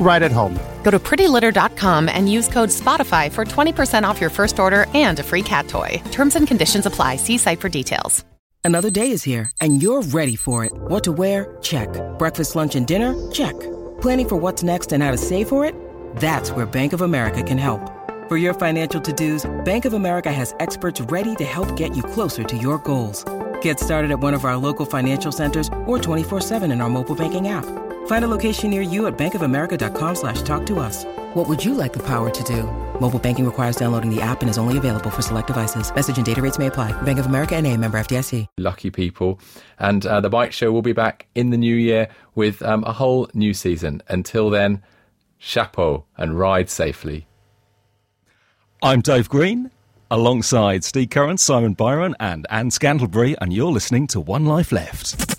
right at home. Go to prettylitter.com and use code SPOTIFY for 20% off your first order and a free cat toy. Terms and conditions apply. See site for details. Another day is here, and you're ready for it. What to wear? Check. Breakfast, lunch, and dinner? Check. Planning for what's next and how to save for it? That's where Bank of America can help. For your financial to-dos, Bank of America has experts ready to help get you closer to your goals. Get started at one of our local financial centers or 24-7 in our mobile banking app. Find a location near you at bankofamerica.com slash talk to us. What would you like the power to do? Mobile banking requires downloading the app and is only available for select devices. Message and data rates may apply. Bank of America and a member FDIC. lucky people. And uh, the bike show will be back in the new year with um, a whole new season. Until then, chapeau and ride safely. I'm Dave Green, alongside Steve Curran, Simon Byron, and Anne Scandalbury, and you're listening to One Life Left.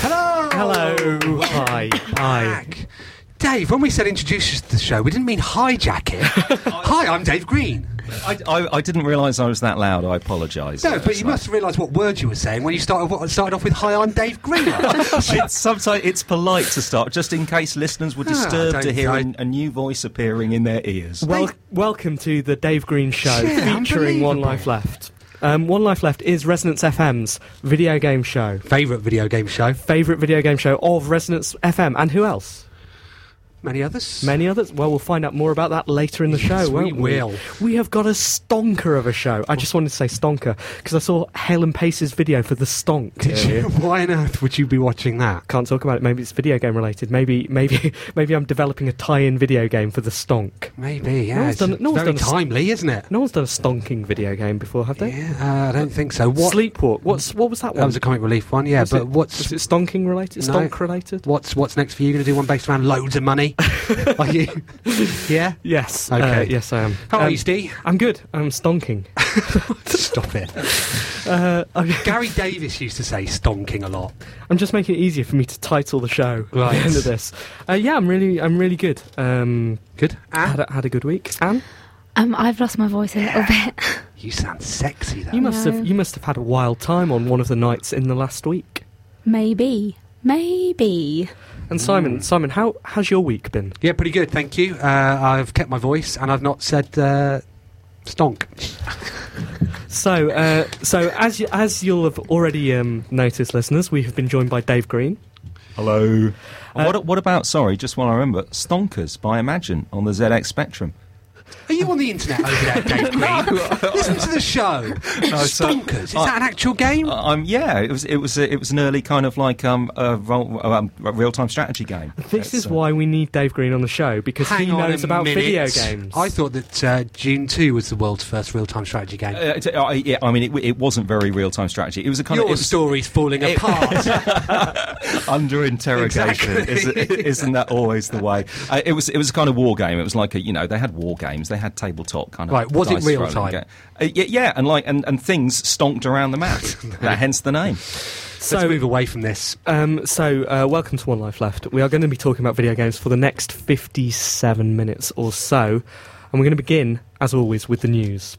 Hello. Hello. Hi. Hi. Back. Dave, when we said introduce us to the show, we didn't mean hijack it. Hi, I'm Dave Green. I, I, I didn't realise I was that loud. I apologise. No, but It's you like- must realise what words you were saying when you started what- started off with "Hi, I'm Dave Green." it's sometimes it's polite to start, just in case listeners were Ah, disturbed to don't- hear I- an- a new voice appearing in their ears. Wel- welcome to the Dave Green Show, Yeah, featuring One unbelievable. Life Left. Um, One Life Left is Resonance FM's video game show. Favorite video game show? Favourite video game show of Resonance FM, and who else? Many others. Many others? Well, we'll find out more about that later in the show, Yes, we won't we? will. We have got a stonker of a show. I just wanted to say stonker because I saw Helen Pace's video for the stonk. Why on earth would you be watching that? Can't talk about it. Maybe it's video game related. Maybe, maybe, maybe I'm developing a tie-in video game for the stonk. Maybe. Yeah. one's it's done- no one's very done a s- timely, isn't it? No one's done a stonking video game before, have they? Yeah, uh, I don't think so. What? Sleepwalk. What's what was that one? That was a comic relief one. Yeah, Was but it- what's was it stonking related? No. Stonk related? what's what's next for you? Going to do one based around loads of money? Are you? Yeah. Yes. Okay. uh, yes, I am. How Um, are you, Steve? I'm good. I'm stonking. Stop it. Uh, okay. Gary Davis used to say stonking a lot. I'm just making it easier for me to title the show Right. at the end of this. Uh, yeah, I'm really, I'm really good. Um, Good. had Ah, a, had a good week. Anne, Um, I've lost my voice a little bit. you sound sexy though. you must No. have you must have had a wild time on one of the nights in the last week. Maybe. Maybe. And Mm. Simon, Simon, how how's your week been? yeah, pretty good. Thank you. Uh, I've kept my voice and I've not said uh, stonk. So, uh, so as you, as you'll have already um, noticed, listeners, we have been joined by Dave Green. Hello. what, what about, sorry, just while I remember, Stonkers by Imagine on the ZX Spectrum? Are you on the internet over there, Dave Green? Listen to the show. so- Stonkers. Is that an actual game? Uh, um, yeah, it was it was it was an early kind of like um, uh, role, um real time strategy game. This is That's, uh, why we need Dave Green on the show because he Hang on knows a about minute. video games. I thought that uh, June 2 was the world's first real time strategy game. Uh, it's- uh, I- yeah, I mean, it, w- it wasn't very real time strategy. It was a kind Your of it was story's falling it- apart. under interrogation. Exactly. Is, isn't that always the way? Uh, it was it was a kind of war game. It was like a you know they had war games. They had tabletop kind of Right, was it dice real throwing time? ga- Uh, yeah, yeah, and like and, and things stonked around the map. That- hence the name. Let's so, move away from this. um, so uh, welcome to One Life Left. We are going to be talking about video games for the next 57 minutes or so, and we're going to begin, as always, with the news.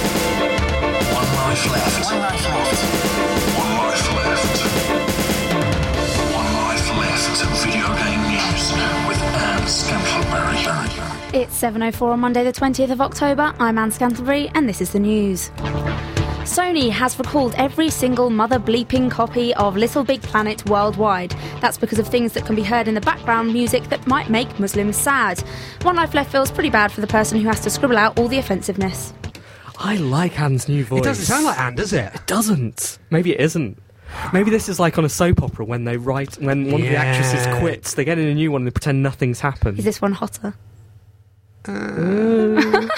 One life left. One life left. One life left. One life left. Video game news with Anne Scantleberry. oh It's 7.04 on Monday the 20th of October. I'm Anne Scantlebury and this is the news. Sony has recalled every single mother bleeping copy of Little Big Planet worldwide. That's because of things that can be heard in the background music that might make Muslims sad. One Life Left feels pretty bad for the person who has to scribble out all the offensiveness. I like Anne's new voice. It doesn't sound like Anne, does it? It doesn't. Maybe it isn't. Maybe this is like on a soap opera when they write when one of the Yeah. actresses quits, they get in a new one and they pretend nothing's happened. Is this one hotter? Uh.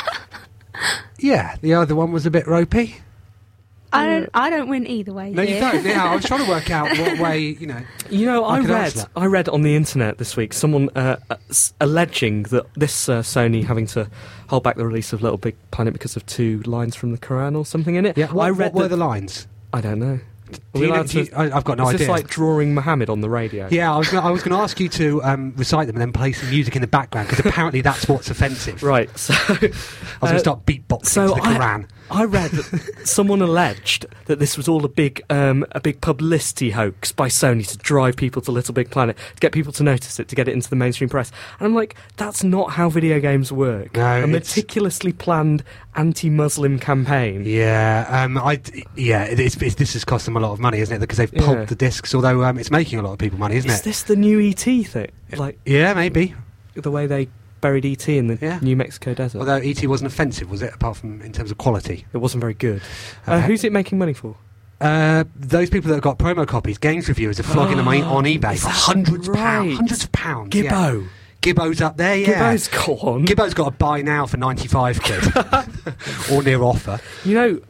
Yeah, the other one was a bit ropey. I don't. I don't win either way. No, you here. don't. Yeah, I was trying to work out what way, you know. You know, I I, could read answer that. I read on the internet this week someone uh, uh, s- alleging that this uh, Sony having to hold back the release of Little Big Planet because of two lines from the Quran or something in it. Yeah, what, I read what were that- the lines? I don't know. Are Do we you know- allowed do you- I- I've got no is idea. This like drawing Muhammad on the radio. Yeah, I was gonna, I was going to ask you to um, recite them and then play some music in the background because apparently that's what's offensive. Right. So I was going uh, to start beatboxing to the Quran. I, I read that someone alleged that this was all a big, um, a big publicity hoax by Sony to drive people to Little Big Planet, to get people to notice it, to get it into the mainstream press. And I'm like, that's not how video games work. No, a it's- meticulously planned anti-Muslim campaign. Yeah, um, I d- yeah, it, it's, it's, this has cost them a lot of money, isn't it? Because they've pulped Yeah. the discs, although um, it's making a lot of people money, isn't Is it? this the new ET thing? Like Yeah, maybe. the way they buried ET in the Yeah. New Mexico desert. Although ET wasn't offensive, was it? Apart from in terms of quality, it wasn't very good. Uh, Okay. who's it making money for? uh, those people that have got promo copies, games reviewers are flogging them on on eBay is for that hundreds of pounds. right? Hundreds of pounds. yeah. Gibbo. Gibbo's up there. Yeah, Gibbo's gone. Gibbo's got a buy now for ninety five quid, or near offer. You know,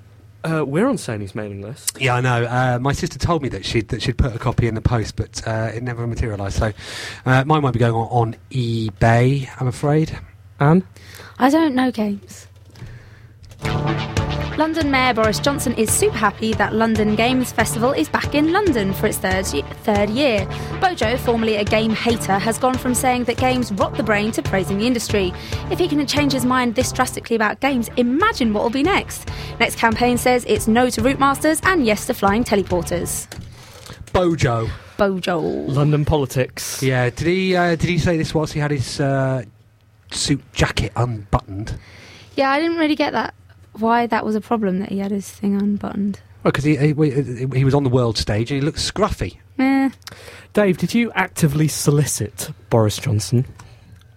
uh, we're on Sony's mailing list. Yeah, I know. Uh, my sister told me that she'd that she'd put a copy in the post, but uh, it never materialised. So uh, mine won't be going on, on eBay. I'm afraid. Anne? I don't know games. London Mayor Boris Johnson is super happy that London Games Festival is back in London for its third, ye- third year. Bojo, formerly a game hater, has gone from saying that games rot the brain to praising the industry. If he can change his mind this drastically about games, imagine what will be next. Next campaign says it's no to route masters and yes to flying teleporters. Bojo. Bojo. London politics. Yeah. Did he uh, did he say this whilst he had his uh, suit jacket unbuttoned? Yeah, I didn't really get that. Why that was a problem that he had his thing unbuttoned. Well, because he, he he was on the world stage and he looked scruffy. Eh. Dave, did you actively solicit Boris Johnson?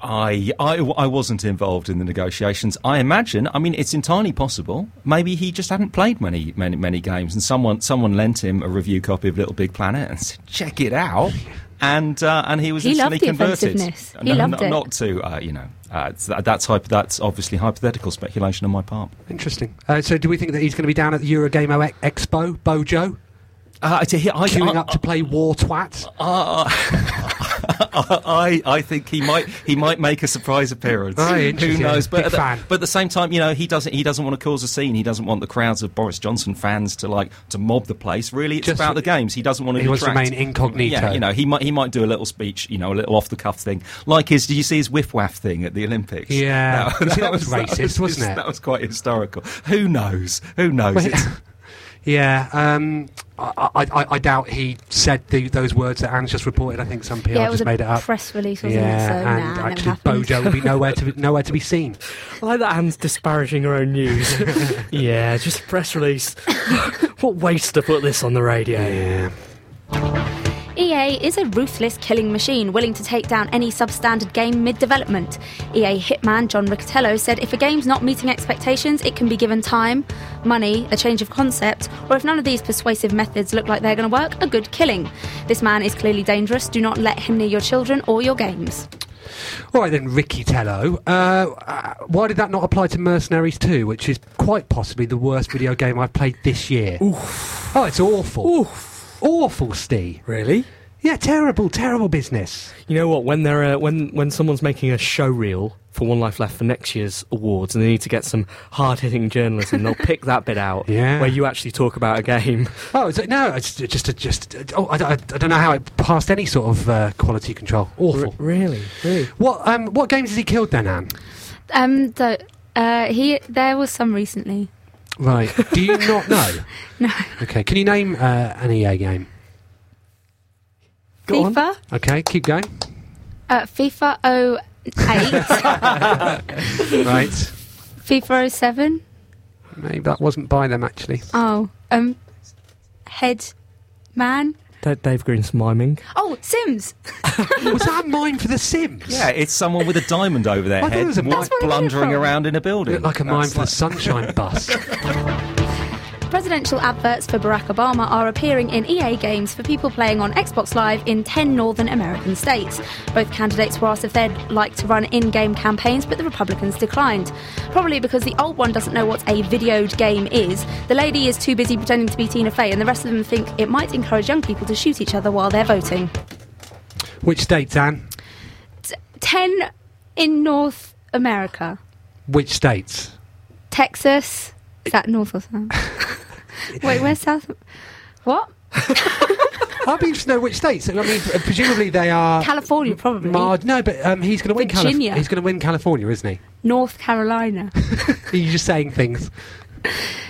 I, I, I wasn't involved in the negotiations. I imagine. I mean, it's entirely possible. Maybe he just hadn't played many, many, many games, and someone, someone lent him a review copy of Little Big Planet and said, "Check it out." And uh, and he was He instantly loved the converted. offensiveness. He no, loved not, it. not to uh, you know. Uh, it's- that- that's hypo- that's obviously hypothetical speculation on my part. Interesting. Uh, so, do we think that he's going to be down at the Eurogame O- Expo, Bojo, Uh, to hear, I, queuing I- up to play War Twat? Uh, I, I think he might he might make a surprise appearance. Oh, Who interesting. knows? But Big at, the, fan. but at the same time, you know, he doesn't he doesn't want to cause a scene. He doesn't want the crowds of Boris Johnson fans to like to mob the place. Really, it's Just- about the games. He doesn't want to. He wants to detract. remain incognito. Yeah, you know, he might he might do a little speech, you know, a little off the cuff thing. Like his, did you see his whiff waff thing at the Olympics? Yeah. You see, that was racist, his- wasn't it? That was quite historical. Who knows? Who knows? Well, It's- Yeah, um, I, I, I- I doubt he said the, those words that Anne's just reported. I think some PR Yeah, it was just a made it up. press release, wasn't it? So, yeah, nah, and never actually, happened. Bojo will be nowhere to be, nowhere to be seen. I like that Anne's disparaging her own news. yeah, just a press release. what waste to put this on the radio. Yeah, EA is E a ruthless killing machine, willing to take down any substandard game mid development. EA hitman John Riccatello said if a game's not meeting expectations, it can be given time, money, a change of concept, or if none of these persuasive methods look like they're going to work, a good killing. This man is clearly dangerous. Do not let him near your children or your games. All right then, Ricky Tello. Uh, uh, why did that not apply to Mercenaries 2, which is quite possibly the worst video game I've played this year? Oh, it's awful. Awful, Steve. Really? Yeah, terrible, terrible business. You know what? When they're uh, when when someone's making a show reel for One Life Left for next year's awards, and they need to get some hard hitting journalism, they'll pick that bit out Yeah. where you actually talk about a game. Oh, it's, no, it's just, just, just oh, I, I- I don't know how it passed any sort of uh, quality control. Awful. really, really. What um what games has he killed then, Anne? Um, the, uh, he, there was some recently. Right. Do you not know? No. Okay. Can you name uh, an EA game? Go on. FIFA? Okay. Keep going. Uh, FIFA 08, Right. FIFA 07. Maybe that wasn't by them actually. Oh, um, head man. Da- Dave Green's miming. Oh, Sims. was that mine for The Sims? Yeah, it's someone with a diamond over their I thought it head was a- wa- That's where I got it blundering from. around in a building. Looked like a That's mine for the like- Sunshine Bus. Presidential adverts for Barack Obama are appearing in EA games for people playing on Xbox Live in 10 northern American states. Both candidates were asked if they'd like to run in game campaigns, but the Republicans declined. Probably because the old one doesn't know what a videoed game is. The lady is too busy pretending to be Tina Fey, and the rest of them think it might encourage young people to shoot each other while they're voting. Which states, Anne? 10 in North America. Which states? Texas. Is that North or South? Wait, where's South? What? I'd be interested to know which states. I mean, pre- presumably they are. California, probably. Mar- no, but um, he's going to win. Calif- Virginia. he's going to win California, isn't North Carolina. he? You're just saying things.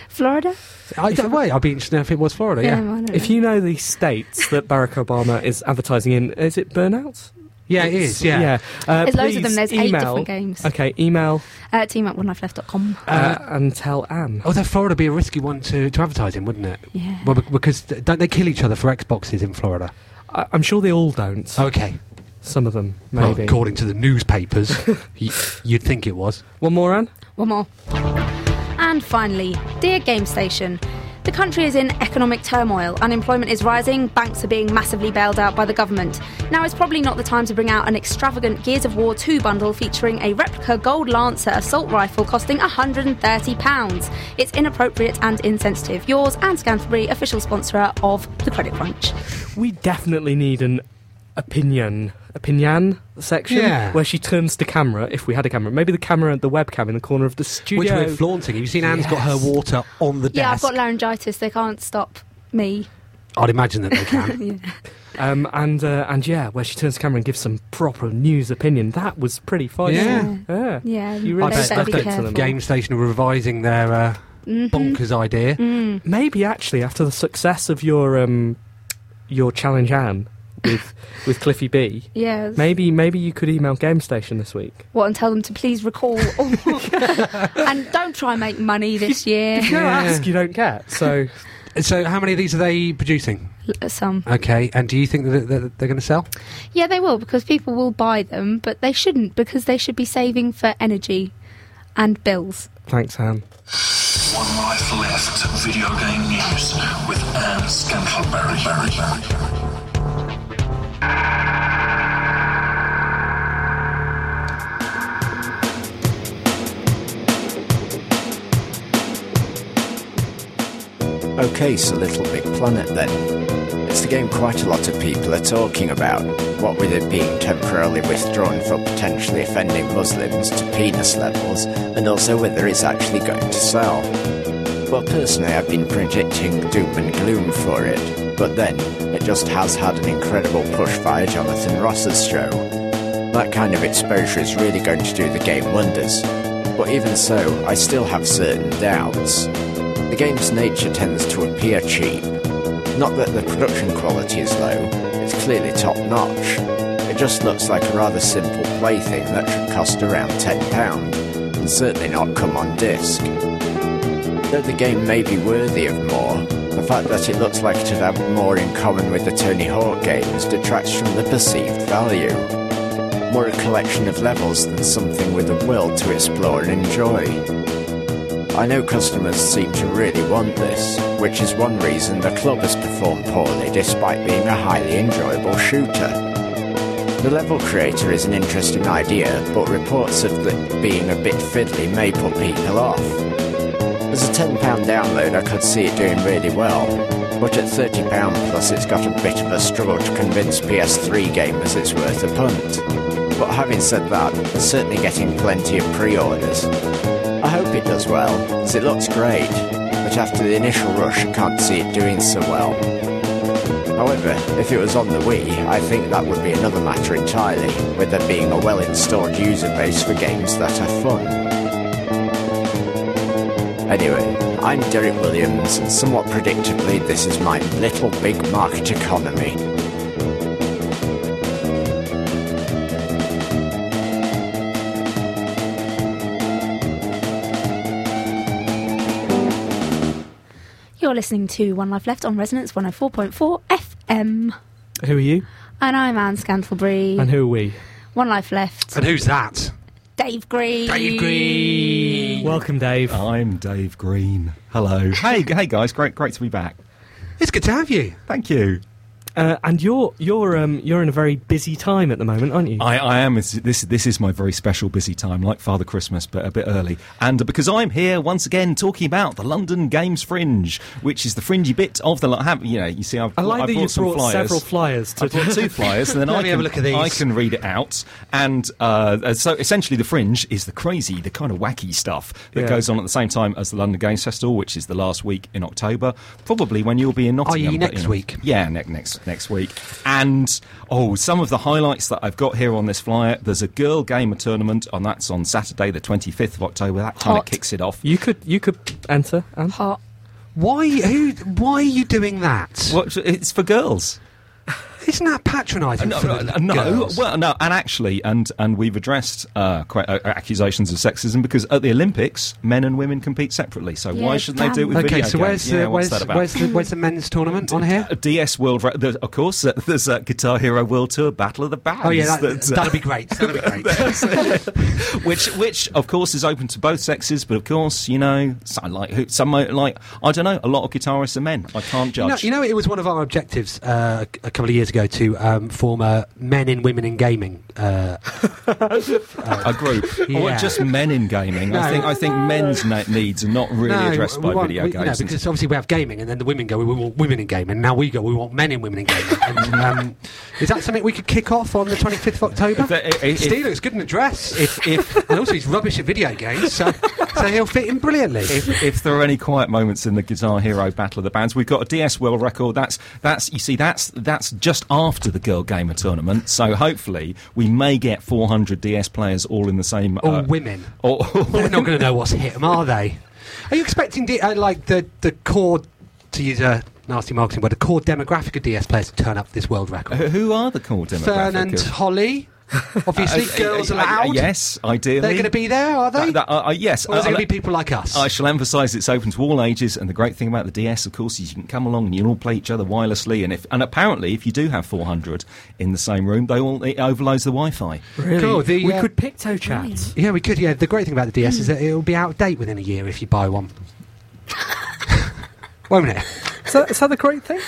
Florida? I don't wait. I'd be interested to know if it was Florida. Yeah, yeah, I don't If know. you know the states that Barack Obama is advertising in, is it Burnout? it is. Yeah. Uh, There's loads of them. please There's eight email- different games. Okay, email uh, team@onelifeleft.com. uh, and tell Anne. Although Oh, Florida would be a risky one to, to advertise in, wouldn't it? Yeah. Well, bec- because th- don't they kill each other for Xboxes in Florida? I- I'm sure they all don't. Okay. Some of them, Well, maybe. according to the newspapers, y- you'd think it was. One more, Anne? One more. And finally, dear Game Station. The country is in economic turmoil. Unemployment is rising, banks are being massively bailed out by the government. Now is probably not the time to bring out an extravagant Gears of War 2 bundle featuring a replica Gold Lancer assault rifle costing £130. It's inappropriate and insensitive. Yours and Scanterbury, official sponsor of The Credit Crunch. We definitely need an opinion opinion section Yeah. where she turns to camera if we had a camera maybe the camera the webcam in the corner of the studio Which we're flaunting. Have you seen Anne's got her Yes. water on the Yeah, I've desk? got laryngitis, they can't stop me. I'd imagine that they can. um and uh, and yeah where she turns to camera and gives some proper news opinion that was pretty fiery Yeah. yeah, Yeah, you really I bet stuck that's it the to them Game Station are revising their uh, Mm. bonkers idea. maybe actually after the success of your um your challenge Anne with with Cliffy B Yeah. maybe maybe you could email Game Station this week What and tell them to please recall all and don't try and make money this year. you don't Yeah. ask you don't get so So, how many of these are they producing? L- Some, Okay, and do you think that that- that they're going to sell? yeah, they will because people will buy them, but they shouldn't because they should be saving for energy and bills. thanks Anne One Life Left video game news with Anne Scantleberry. Okay, so Little Big Planet then. It's the game quite a lot of people are talking about, what with it being temporarily withdrawn for potentially offending Muslims to penis levels, and also whether it's actually going to sell. Well, personally, I've been predicting doom and gloom for it, but then, it just has had an incredible push via Jonathan Ross's show. That kind of exposure is really going to do the game wonders. But even so, I still have certain doubts. The game's nature tends to appear cheap. Not that the production quality is low, it's clearly top notch. It just looks like a rather simple plaything that should cost around £10, and certainly not come on disc. Though the game may be worthy of more, the fact that it looks like it would have more in common with the Tony Hawk games detracts from the perceived value. More a collection of levels than something with a will to explore and enjoy. I know customers seem to really want this, which is one reason the club has performed poorly despite being a highly enjoyable shooter. The level creator is an interesting idea, but reports of it being a bit fiddly may put people off. As a £10 download, I could see it doing really well, but at £30 plus, it's got a bit of a struggle to convince PS3 gamers it's worth a punt. But having said that, it's certainly getting plenty of pre orders, I hope it does well, as it looks great, but after the initial rush, I can't see it doing so well. However, if it was on the Wii, I think that would be another matter entirely, with there being a well installed user base for games that are fun. Anyway, I'm Derek Williams, and somewhat predictably, this is my little big market economy. You're listening to One oh Life Left on Resonance 104.4 FM. Who are you? And I'm Anne Scantlebury. And who are we? One Life Left. And who's that? Dave Green. Dave Green. Welcome, Dave. I'm Dave Green. Hello. hey, g- hey guys, great, great to be back. It's good to have you. Thank you. Uh, and you're you're um, you're in a very busy time at the moment, aren't you? I, I am. This, this this is my very special busy time, like Father Christmas, but a bit early. And because I'm here once again talking about the London Games Fringe, which is the fringy bit of the. Lo- Have, you know, you see, I've, I like I've that brought you've some brought flyers. several flyers I to brought two flyers, and then Let I me can have a look at these. I can read it out. And uh, so essentially, the fringe is the crazy, the kind of wacky stuff that Yeah. goes on at the same time as the London Games Festival, which is the last week in October, probably when you'll be in Nottingham. i.e. but, next you know, week. yeah, ne- next next week. And oh, some of the highlights that I've got here on this flyer. There's a girl gamer tournament, and that's on Saturday, the 25th of October. That kind of Hot. kicks it off. You could you could enter. Anne. Hot. Why? Who? Why are you doing that? What, it's for girls. Isn't that patronising? Uh, No, for no, the no. girls? Well, no, and actually, and and we've addressed uh, que- uh, accusations of sexism because at the Olympics, men and women compete separately. So why Yeah, should they do it with okay. video So games? where's Yeah, the what's where's, that about? where's the where's the men's tournament on here? Uh, DS World, Ra- there's- of course. uh, There's uh, Guitar Hero World Tour, Battle of the Bands. Oh yeah, that, that's, uh, that'd be great. That'd be great. which which of course is open to both sexes, but of course you know some like who- some might like I don't know a lot of guitarists are men. I can't You know, judge. you know, it was one of our objectives uh, a couple of years ago to um, form a men and women in gaming. Uh, a group or Yeah. just men in gaming. I No. think I think men's na- needs are not really addressed we by want- video we- games. No, because obviously we have gaming, and then the women go, we want women in gaming. And now we go, we want men and women in gaming. and, um, is that something we could kick off on the 25th of October? But i- i- Steve looks good in a dress. If, if, and also he's rubbish at video games, so, so he'll fit in brilliantly. if, if there are any quiet moments in the Guitar Hero Battle of the Bands, we've got a DS World record. That's that's you see that's that's just after the Girl Gamer tournament. So hopefully we may get 400 DS players all in the same. uh, All women. Or, They're Oh, not going to know what's hit them, are they? Are you expecting the, uh, like the the core to use a nasty marketing word, the core demographic of DS players to turn up this world record? who are the core demographic? Fern and of- Holly, obviously, Uh, uh, girls uh, uh, allowed. yes, ideally. they're going to be there, are they? That- that- uh, uh, yes. or is it Uh, going uh, to be people like us? I shall emphasise it's open to all ages, and the great thing about the DS, of course, is you can come along and you can all play each other wirelessly. And if and apparently, if you do have 400 in the same room, they all it overloads the Wi-Fi. Really? Cool, the, we uh, could picto chat. yeah, we could. Yeah, the great thing about the DS Hmm. is that it'll be out of date within a year if you buy one, won't it? Is that, is that the great thing?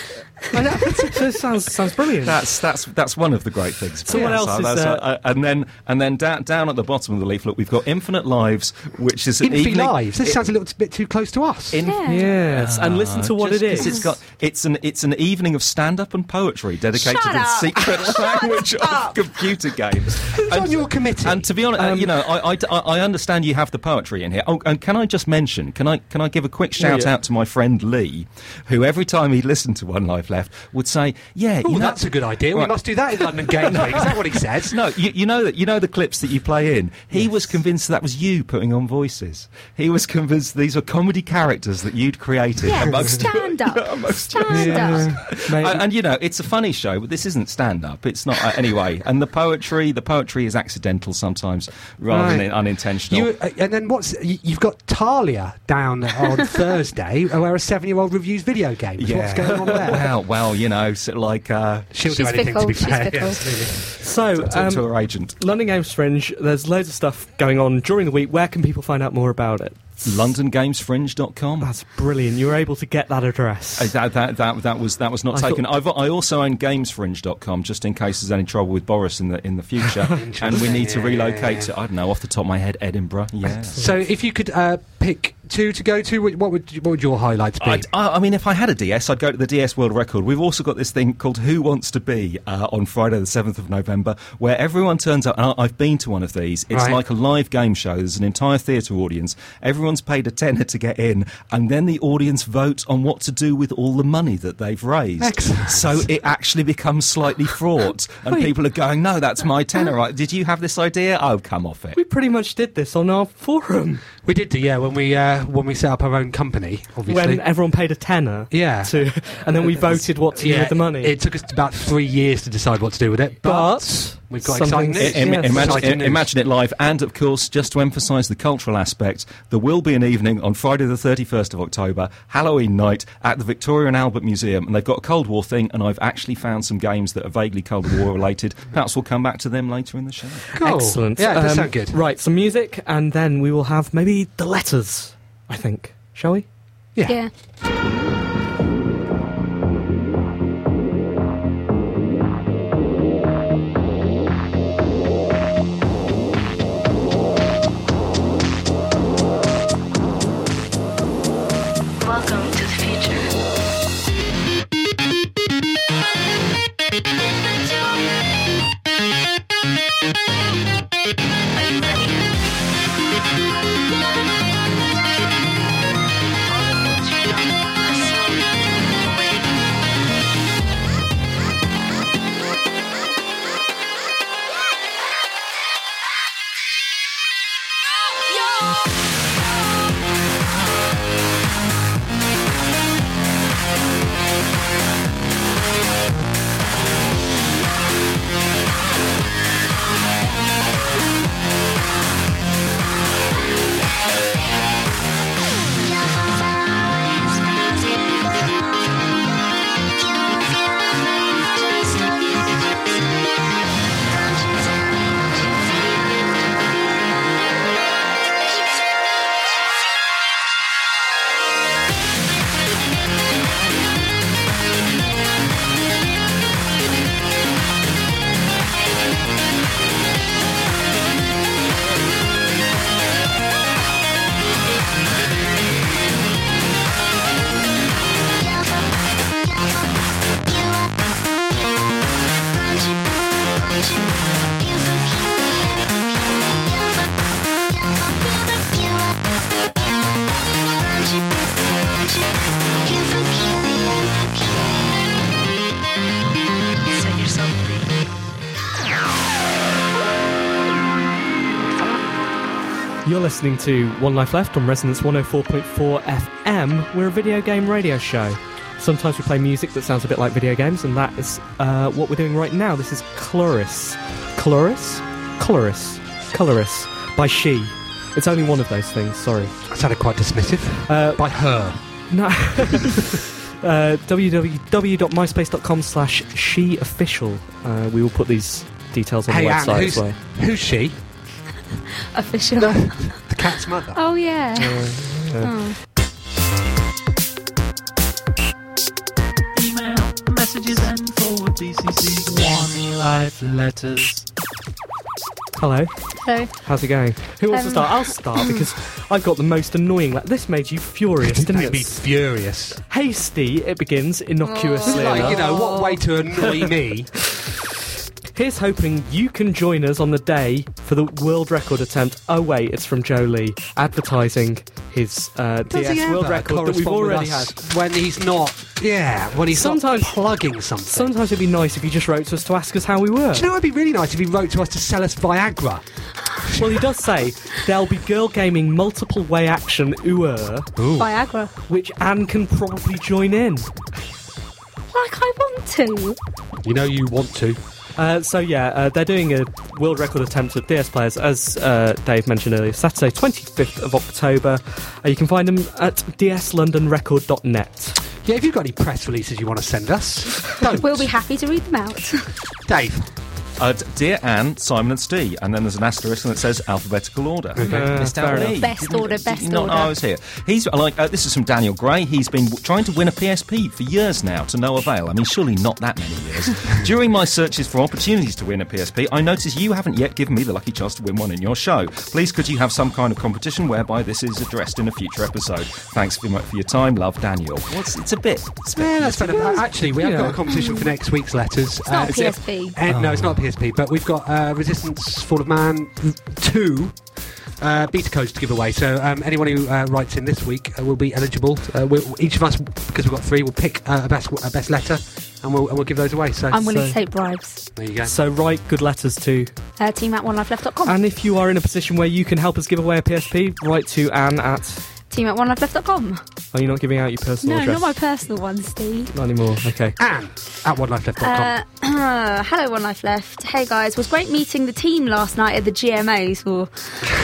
I know, that sounds sounds brilliant. That's that's that's one of the great things. about Someone it. else is, that's, uh, uh, and then and then down down at the bottom of the leaflet, we've got Infinite Lives, which is an Infi evening. lives. This it- sounds a little bit too close to us. Ah, in- Yeah. yes, and listen to what it Uh, Just 'cause is. It's got it's an it's an evening of stand up and poetry dedicated Shut to the up. secret language of computer games. Who's on your committee? Um, And to be honest, uh, you know, I, I, I understand you have the poetry in here. Oh, and can I just mention? Can I can I give a quick shout yeah. out to my friend Lee, who every time he listened to One Life Left would say, "Yeah, Oh, you know, that's a good idea. We Right. must do that in London Games Week. Is that what he says? No, you, you know that you know the clips that you play in. He was convinced that was you putting on voices. He was convinced these were comedy characters that you'd created Yeah, amongst stand up. Stand up. Mate, and, and, you know, it's a funny show, but this isn't stand up. It's not uh, anyway. And the poetry, the poetry is accidental sometimes, rather Right. than unintentional. You, uh, and then what's you, you've got Talia down on Thursday, uh, where a seven-year-old reviews video games. What's going on there? Well, well, you know, so like uh, She'll do She's anything to be fickle, she's fair. fickle. absolutely. so, talk um, to her agent. London Games Fringe. There's loads of stuff going on during the week. Where can people find out more about it? LondonGamesFringe.com. That's brilliant. You were able to get that address. Uh, That, that, that, that was that was not I taken. thought- I've, I also own GamesFringe.com just in case there's any trouble with Boris in the in the future, and we need to Yeah, relocate yeah, yeah. to I don't know off the top of my head Edinburgh. Yeah. So, if you could uh, pick two to go to, what would you- what would your highlights be? I'd- I, I mean, if I had a DS, I'd go to the DS World Record. We've also got this thing called Who Wants to Be uh, on Friday, the 7th of November, where everyone turns up. And I, I've been to one of these. It's Right. like a live game show. There's an entire theatre audience. Everyone's paid a tenner to get in. And then the audience vote on what to do with all the money that they've raised. Excellent. So it actually becomes slightly fraught. and people are going, no, that's my tenner. Right? Did you have this idea? Oh, come off it. we pretty much did this on our forum We did do, yeah, when we uh, when we set up our own company, obviously. when everyone paid a tenner. Yeah. Uh, To, and then we voted what to do yeah, with the money. It took us about three years to decide what to do with it, but, but we've got something- exciting news. Im- Yes. Exciting imagine, news. imagine it live. And of course, just to emphasise the cultural aspect, there will be an evening on Friday, the 31st of October, Halloween night, at the Victoria and Albert Museum. And they've got a Cold War thing, and I've actually found some games that are vaguely Cold War related. Perhaps we'll come back to them later in the show. Cool. Excellent. Yeah, it does Um, sound good. Right, some music, and then we will have maybe the letters, I think. Shall we? Yeah. Yeah. Welcome to the future. Are you ready? All the moves you know are slowly moving away. Set yourself You're listening to One oh Life Left on Resonance 104.4 FM. We're a video game radio show. Sometimes we play music that sounds a bit like video games, and that is uh, what we're doing right now. This is Chloris. Chloris? Chloris. Coloris. By She. It's only one of those things, sorry. That sounded quite dismissive. Uh, By her. No. uh, www.myspace.com slash sheofficial. Uh, we will put these details on Hey, the Anne, website who's, as well. who's she? official. The cat's mother. Uh, Oh, yeah. Oh. email, messages, and forward DCC. One life letters. Hello. So, How's it going? Who wants to Um, start? I'll start because I've got the most annoying. le- this made you furious, It didn't made me it? furious. Hasty, it begins innocuously. Like, enough. you know, what way to annoy me? Here's hoping you can join us on the day for the world record attempt. Oh wait, it's from Joe Lee advertising his uh, DS world record that we've already had. When he's not, yeah, when he's Sometimes- not plugging something. Sometimes it'd be nice if you just wrote to us to ask us how we were. Do you know it'd be really nice if he wrote to us to sell us Viagra? Well, he does say there'll be girl gaming multiple way action UR, Viagra. which Anne can probably join in. Oh. Like I want to. You know you want to. Uh, so, yeah, uh, they're doing a world record attempt at DS players, as uh, Dave mentioned earlier, Saturday, 25th of October. Uh, you can find them at dslondonrecord.net. Yeah, if you've got any press releases you want to send us, don't. We'll be happy to read them out. Dave. Uh, d- Dear Anne, Simon and Steve, and then there's an asterisk and it says alphabetical order. Uh, Missed out fair on enough. E. Best Didn't- order, did best you not know order. I was here. He's uh, like uh, this is from Daniel Gray. He's been w- trying to win a PSP for years now, to no avail. I mean, surely not that many years. During my searches for opportunities to win a PSP, I notice you haven't yet given me the lucky chance to win one in your show. Please, could you have some kind of competition whereby this is addressed in a future episode? Thanks very much for your time, love, Daniel. What's it's a bit. It's a bit Yeah, that's fair enough. Actually, we have Yeah. got a competition for next week's letters. Uh, It's not a PSP. And, Eh, No, it's not a PSP, but we've got uh, Resistance Fall of Man 2 uh, beta codes to give away. So um, anyone who uh, writes in this week uh, will be eligible. Uh, we'll, each of us, because we've got three, will pick uh, a, best, a best letter and we'll, and we'll give those away. So I'm willing so- to take bribes. There you go. So write good letters to. Uh, team at onelifeleft.com. And if you are in a position where you can help us give away a PSP, write to Anne at. team at onelifeleft.com. Are you not giving out your personal No, address? not my personal one, Steve. Not anymore. Okay. Anne at onelifeleft.com. Uh, hello, One Life Left. Hey guys, was great meeting the team last night at the GMAs, or,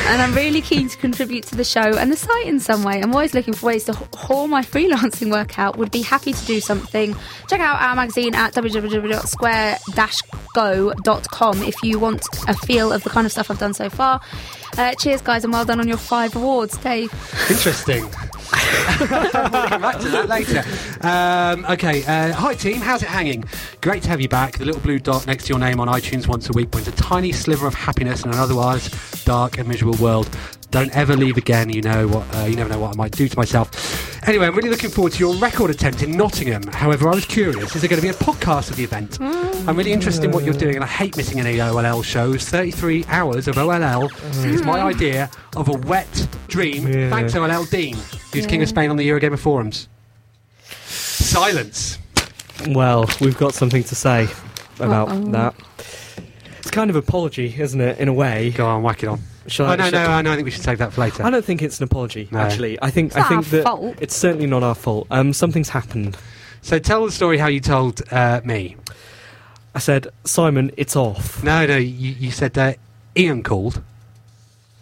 and I'm really keen to contribute to the show and the site in some way. I'm always looking for ways to h- haul my freelancing work out. Would be happy to do something. Check out our magazine at www.square-go.com if you want a feel of the kind of stuff I've done so far. Uh, cheers, guys, and well done on your five awards, Dave. Interesting. we'll come back to that later. Um, okay, uh, hi team, how's it hanging? Great to have you back. The little blue dot next to your name on iTunes once a week brings a tiny sliver of happiness in an otherwise dark and miserable world. Don't ever leave again. You know what? Uh, you never know what I might do to myself. Anyway, I'm really looking forward to your record attempt in Nottingham. However, I was curious: is there going to be a podcast of the event? I'm really interested in what you're doing, and I hate missing any OLL shows. 33 hours of OLL is my idea of a wet dream. Yeah. Thanks, OLL Dean, who's King of Spain on the Eurogamer forums. Silence. Well, we've got something to say about Uh-oh. that. It's kind of apology, isn't it? In a way. Go on, whack it on. Shall oh, no, shall- no, no, I think we should save that for later. I don't think it's an apology. No. Actually, I think It's I not think our that fault. it's certainly not our fault. Um, something's happened. So tell the story how you told uh, me. I said, Simon, it's off. No, no, you, you said that Ian called.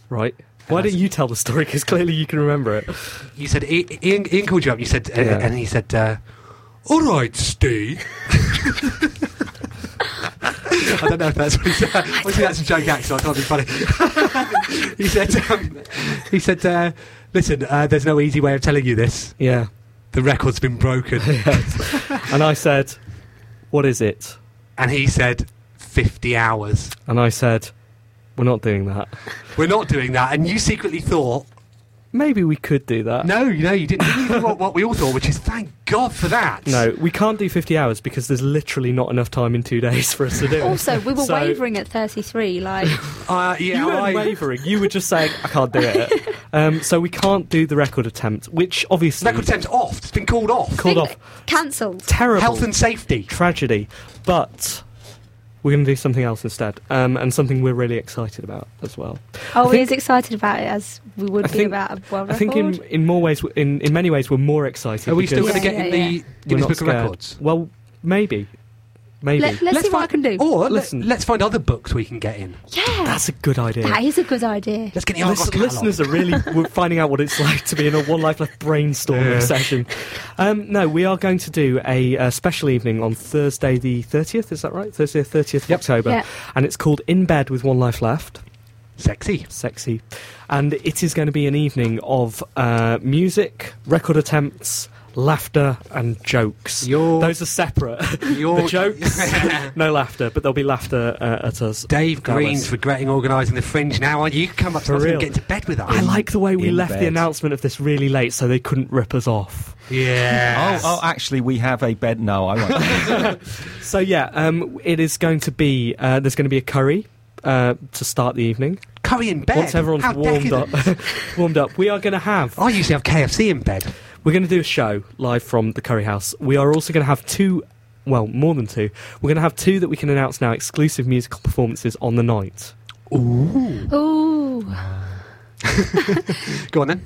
Right. Why don't you tell the story? Because clearly you can remember it. You said I- Ian, Ian called you up. You said, uh, Yeah. and he said, uh, "All right, Steve." I don't know if that's what he said. Obviously, that's a joke act, so I can't be funny. he said, um, "He said, uh, listen, uh, there's no easy way of telling you this. Yeah. The record's been broken." And I said, What is it? and he said, "50 hours. And I said, We're not doing that. We're not doing that." And you secretly thought, Maybe we could do that. "No, no, you didn't." You did what, what we all thought, which is, "Thank God for that." No, we can't do 50 hours because there's literally not enough time in two days for us to do it. Also, we were So- wavering at 33. Like, Uh, yeah, You weren't I- wavering. You were just saying, I can't do it. um, so we can't do the record attempt, which obviously. Record attempt's off. It's been called off. Mm. Called off. cancelled. Terrible. Health and safety. tragedy. But we're going to do something else instead, um, and something we're really excited about as well. Are we think- as excited about it as we would I be think- about a world I think record? in, in more ways, in, in many ways, we're more excited. Are we still because going to Yeah, get yeah, in the yeah. we're Guinness not Book scared. of Records? Well, maybe, maybe. Let, us see what I can do. Or let, Listen. let's find other books we can get in. yeah, That's a good idea. that is a good idea. Let's get the Argos Listen, catalog. listeners are really w- finding out what it's like to be in a One Life Left brainstorming Yeah. session. Um, no, we are going to do a, uh special evening on Thursday the 30th, is that right? Thursday the 30th of October. Yeah. And it's called In Bed with One Life Left. Sexy. sexy. And it is going to be an evening of uh, music, record attempts, laughter, and jokes. Your- Those are separate. Your- the jokes, no laughter, but there'll be laughter uh, at us. Dave Dallas. Green's regretting organising the fringe now, aren't you? You can come up to For us and real. get to bed with us. I like the way we In left the bed. announcement of this really late, so they couldn't rip us off. Yeah. Oh, oh, actually, we have a bed. No, I won't. So yeah, um, it is going to be. Uh, there's going to be a curry. Uh, to start the evening, Curry in bed. once everyone's How warmed up, decadent. warmed up, we are going to have I usually have KFC in bed. We're going to do a show live from the Curry House. We are also going to have two, well, more than two. We're going to have two that we can announce now exclusive musical performances on the night. Ooh, Go on then.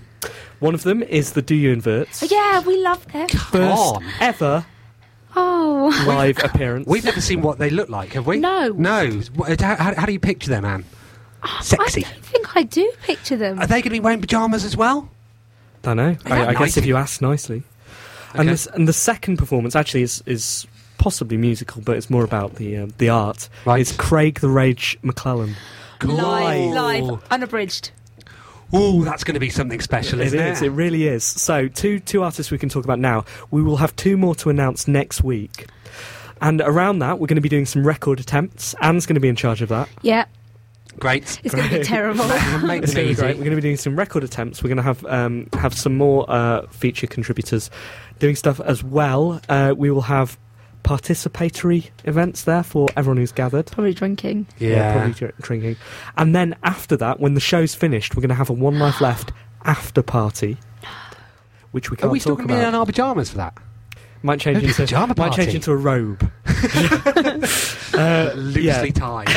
One of them is the Do You Invert. yeah, we love them. First on. ever Oh, live appearance. We've never seen what they look like, have we? No. Ah, No. What- How, how, how do you picture them, Anne? Sexy. I don't think I do picture them. Are they going to be wearing pyjamas as well? don't know. that I, I nice? guess if you ask nicely. Okay. And, this, and the second performance actually is, is possibly musical, but it's more about the um, the art. Right. It's Craig the Rage McClellan. live, Cool. live, unabridged. Ooh, that's going to be something special, It isn't is. It really is. So, two two artists we can talk about now. We will have two more to announce next week, and around that, we're going to be doing some record attempts. Anne's going to be in charge of that. Yeah, Great. it's going to be terrible. Make It's going to them be easy. great. We're going to be doing some record attempts. We're going to have um, have some more uh, feature contributors doing stuff as well. Uh, we will have participatory events there for everyone who's gathered. Probably drinking. probably dr- drinking. And then after that, when the show's finished, we're going to have a one life left after party, which we can't Are we still talk going to about. be in our pyjamas for that? might change Maybe into pyjama might change party. into a robe. uh, Loosely tied.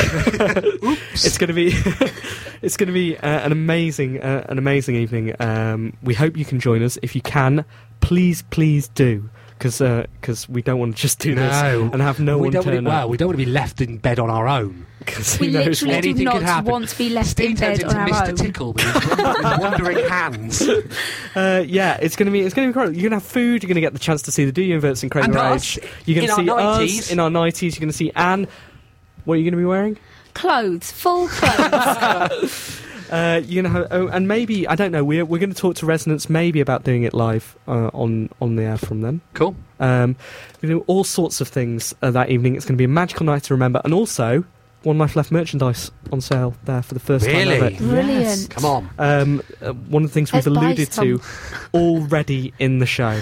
It's going to be it's going to be uh, an amazing uh, an amazing evening. Um, we hope you can join us. If you can, please please do because we don't want to just do this No. and have no we one don't turn want to, well, up. we don't want to be left in bed on our own. Because We literally do Anything could not happen. want to be left Steve in turns bed into on our Mr. own. Tickle with his wand- with wandering hands. Uh, yeah, it's gonna be it's gonna be incredible. You're gonna have food. You're gonna get the chance to see the Do Inverts and Crazy And Rage. us, You're gonna in see our us 90s. in our nineties. You're gonna see Anne. What are you gonna be wearing? Clothes, full clothes. Uh, you're gonna have oh, and maybe I don't know. We're we're gonna talk to Resonance maybe about doing it live uh, on on the air from them. Cool. Um, you know all sorts of things uh, that evening. It's gonna be a magical night to remember, and also One Life Left E merchandise on sale there for the first time Really? ever. Brilliant. Come on. um, uh, one of the things we've Let's buy alluded to already in the show.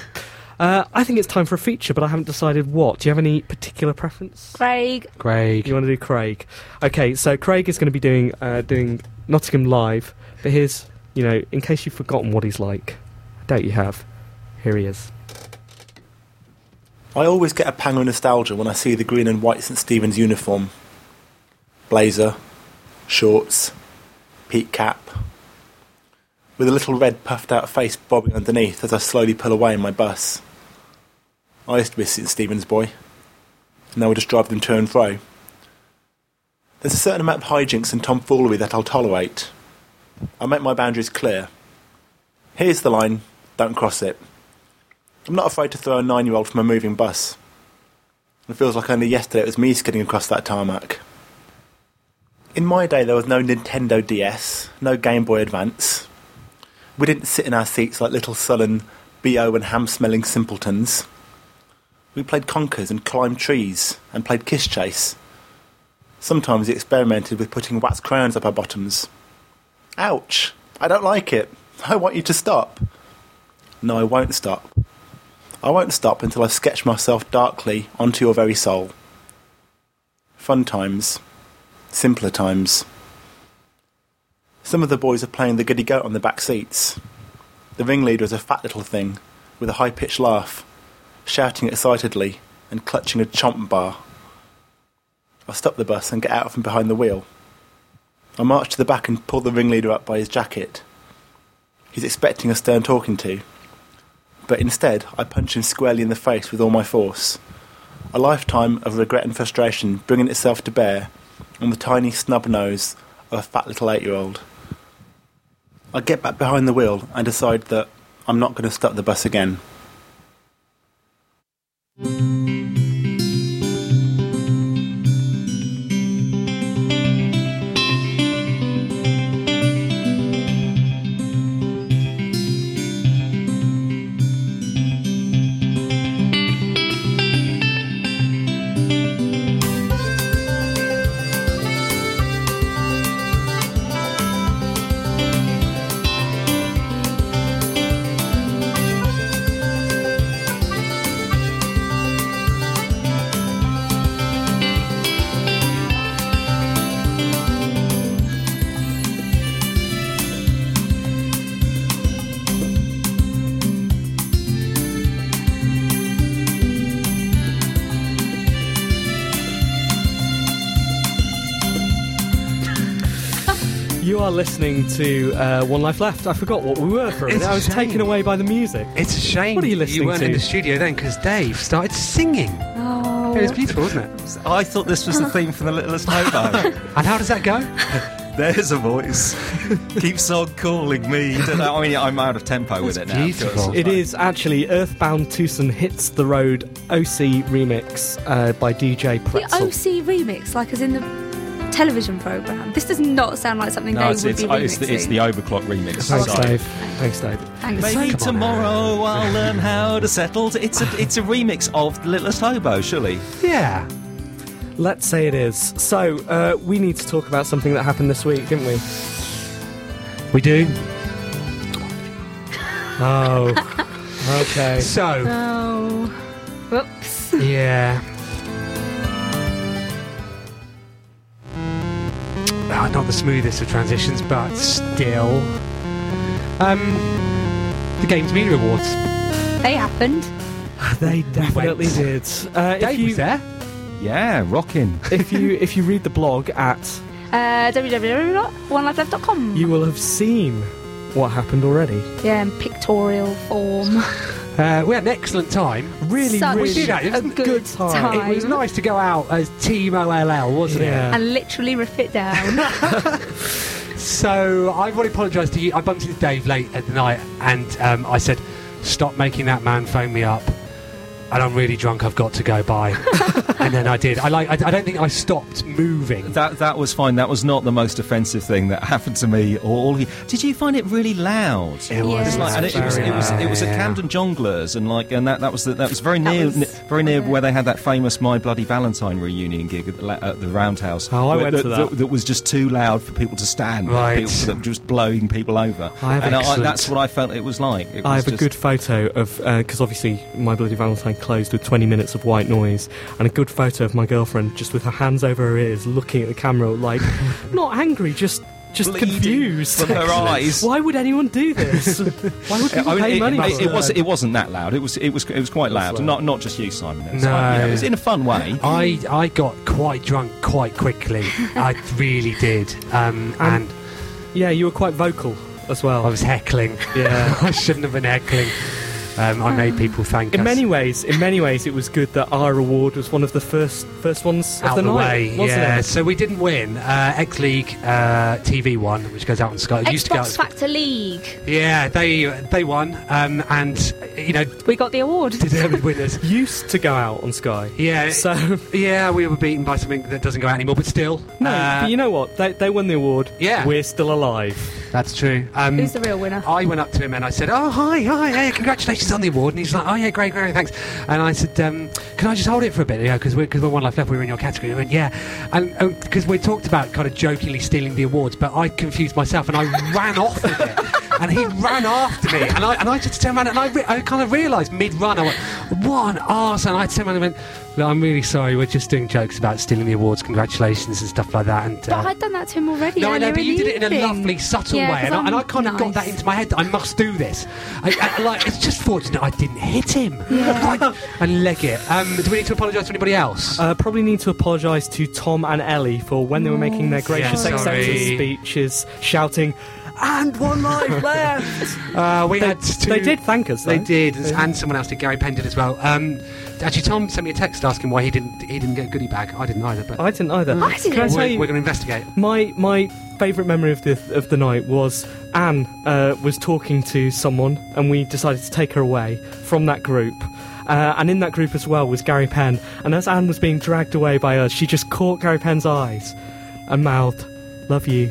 Uh, I think it's time for a feature, but I haven't decided what. Do you have any particular preference? Craig, Craig. You want to do Craig? Okay, so Craig is going to be doing uh, doing Nottingham live, but here's you know in case you've forgotten what he's like. I doubt you have. Here he is. I always get a pang of nostalgia when I see the green and white St Stephen's uniform. Blazer, shorts, peak cap. With a little red puffed out face bobbing underneath as I slowly pull away in my bus. I used to be a St Stephen's boy. And now I just drive them to and fro. There's a certain amount of hijinks and tomfoolery that I'll tolerate. I make my boundaries clear. Here's the line, don't cross it. I'm not afraid to throw a nine year old from a moving bus. It feels like only yesterday it was me skidding across that tarmac. In my day, there was no Nintendo DS, no Game Boy Advance. We didn't sit in our seats like little sullen, BO and ham smelling simpletons. We played conkers and climbed trees and played kiss chase. Sometimes we experimented with putting wax crayons up our bottoms. Ouch! I don't like it. I want you to stop. No, I won't stop. I won't stop until I've sketched myself darkly onto your very soul. Fun times. Simpler times. Some of the boys are playing the goody goat on the back seats. The ringleader is a fat little thing with a high pitched laugh, shouting excitedly and clutching a chomp bar. I stop the bus and get out from behind the wheel. I march to the back and pull the ringleader up by his jacket. He's expecting a stern talking to but instead I punch him squarely in the face with all my force. A lifetime of regret and frustration bringing itself to bear on the tiny snub nose of a fat little eight year old. I get back behind the wheel and decide that I'm not going to stop the bus again. You are listening to uh, One Life Left. I forgot what we were for a It's minute. I was a shame. taken away by the music. It's a shame. What are you listening weren't in to? the studio then because Dave started singing. Oh. It was beautiful, wasn't it? I thought this was the theme for The Littlest Hobo. And how does that go? There's a voice. Keeps on calling me. Don't know, I mean, I'm out of tempo with it now. beautiful. It is actually Earthbound Tucson Hits the Road OC remix uh, by DJ the Pretzel. OC remix, like as in the television program. This does not sound like something No, they it's, would it's, be oh, remixing. it's, the, it's the overclock remix. Thanks, Sorry. Dave. Thanks, Dave. Thanks. Maybe Come on, tomorrow Oh, I'll learn how to settle. It's a it's a remix of The Littlest Hobo, surely. Yeah. Let's say it is. So, uh, we need to talk about something that happened this week, didn't we? We do. Oh. okay. So, Oh. Whoops. yeah. Ah, not the smoothest of transitions, but still. Um, the Games Media Awards. They happened. They definitely Wait. did. Uh, if Dave you, was there. Yeah, rocking. if you if you read the blog at, Uh, www.onelifeleft.com. you will have seen what happened already. Yeah, in pictorial form. Uh, we had an excellent time. Really, Such we did have a it. good, time. It was nice to go out as Team OLL, wasn't it? And literally rip it down. So I want to apologise to you. I bumped into Dave late at the night, and um, I said, "Stop making that man phone me up." And I'm really drunk. I've got to go. Bye. and then I did. I like. I, I don't think I stopped moving. That that was fine. That was not the most offensive thing that happened to me or all of you. Did you find it really loud? It was. It's like- and it, it was. It was. It was at Camden Jongleurs, and like, and that, that was the, that was very near, ne- very near where they had that famous My Bloody Valentine reunion gig at the, la- at the Roundhouse. Oh, I where- went to that. that. was just too loud for people to stand. Right. People that were just blowing people over. I have and excellent- that's what I felt it was like. It was I have a just- good photo of because obviously my bloody Valentine closed with 20 minutes of white noise, and a good photo of my girlfriend just with her hands over her ears, looking at the camera like not angry, just just Bleeding confused. from her eyes. Why would anyone do this? Why would I people mean, pay it, money? it- for it was that? it wasn't that loud. It was it was it was quite loud. Not not just you, Simon. It was, No. like, you know, it was in a fun way. I I got quite drunk quite quickly. I really did. Um, and yeah, you were quite vocal as well. I was heckling. Yeah. I shouldn't have been heckling. Um, I made people thank in us. many ways, in many ways, it was good that our award was one of the first first ones out of the, the, night, way. wasn't yeah. it? So we didn't win. Uh, X League uh, TV won, which goes out on Sky. It used to go Xbox out. Factor League. Yeah, they they won, um, and you know We got the award. deserved winners. Used to go out on Sky. Yeah. So Yeah, we were beaten by something that doesn't go out anymore, but still. no, uh, but you know what? They, they won the award. Yeah. we're still alive. that's true. Um, Who's the real winner? I went up to him and I said, "Oh, hi, hi, hey, congratulations on the award." And he's like, "Oh yeah, great, great, thanks." And I said, um, "Can I just hold it for a bit? Yeah, because we're, 'cause we're one life left. We were in your category." He went, "Yeah," and because we talked about kind of jokingly stealing the awards, but I confused myself and I ran off with it. And he ran after me, and I and I just turned around and I, re- I kind of realised mid run I went, "What an arse!" And I turned around and went, "Look, I'm really sorry. We're just doing jokes about stealing the awards. Congratulations and stuff like that." And uh, But I'd done that to him already. no, I know, earlier but you did it in a evening. lovely, subtle Yeah, way, 'cause and I, and I I'm kind of got nice. that into my head. that I must do this. I, I, like, it's just fortunate I didn't hit him. Yeah. Like, and leg it. Um, do we need to apologise to anybody else? Uh, probably need to apologise to Tom and Ellie for when they were making their gracious sorry. acceptance speeches, shouting, "And one life left." Uh, we they, had two. they did thank us. They though. did, and, and someone else did. Gary Penn did as well. Um, actually, Tom sent me a text asking why he didn't he didn't get a goodie bag. I didn't either, but I didn't either. I didn't. Can I tell we're, you, going to investigate. My my favourite memory of the of the night was Anne uh, was talking to someone, and we decided to take her away from that group. Uh, and in that group as well was Gary Penn. And as Anne was being dragged away by us, she just caught Gary Penn's eyes and mouthed, "Love you."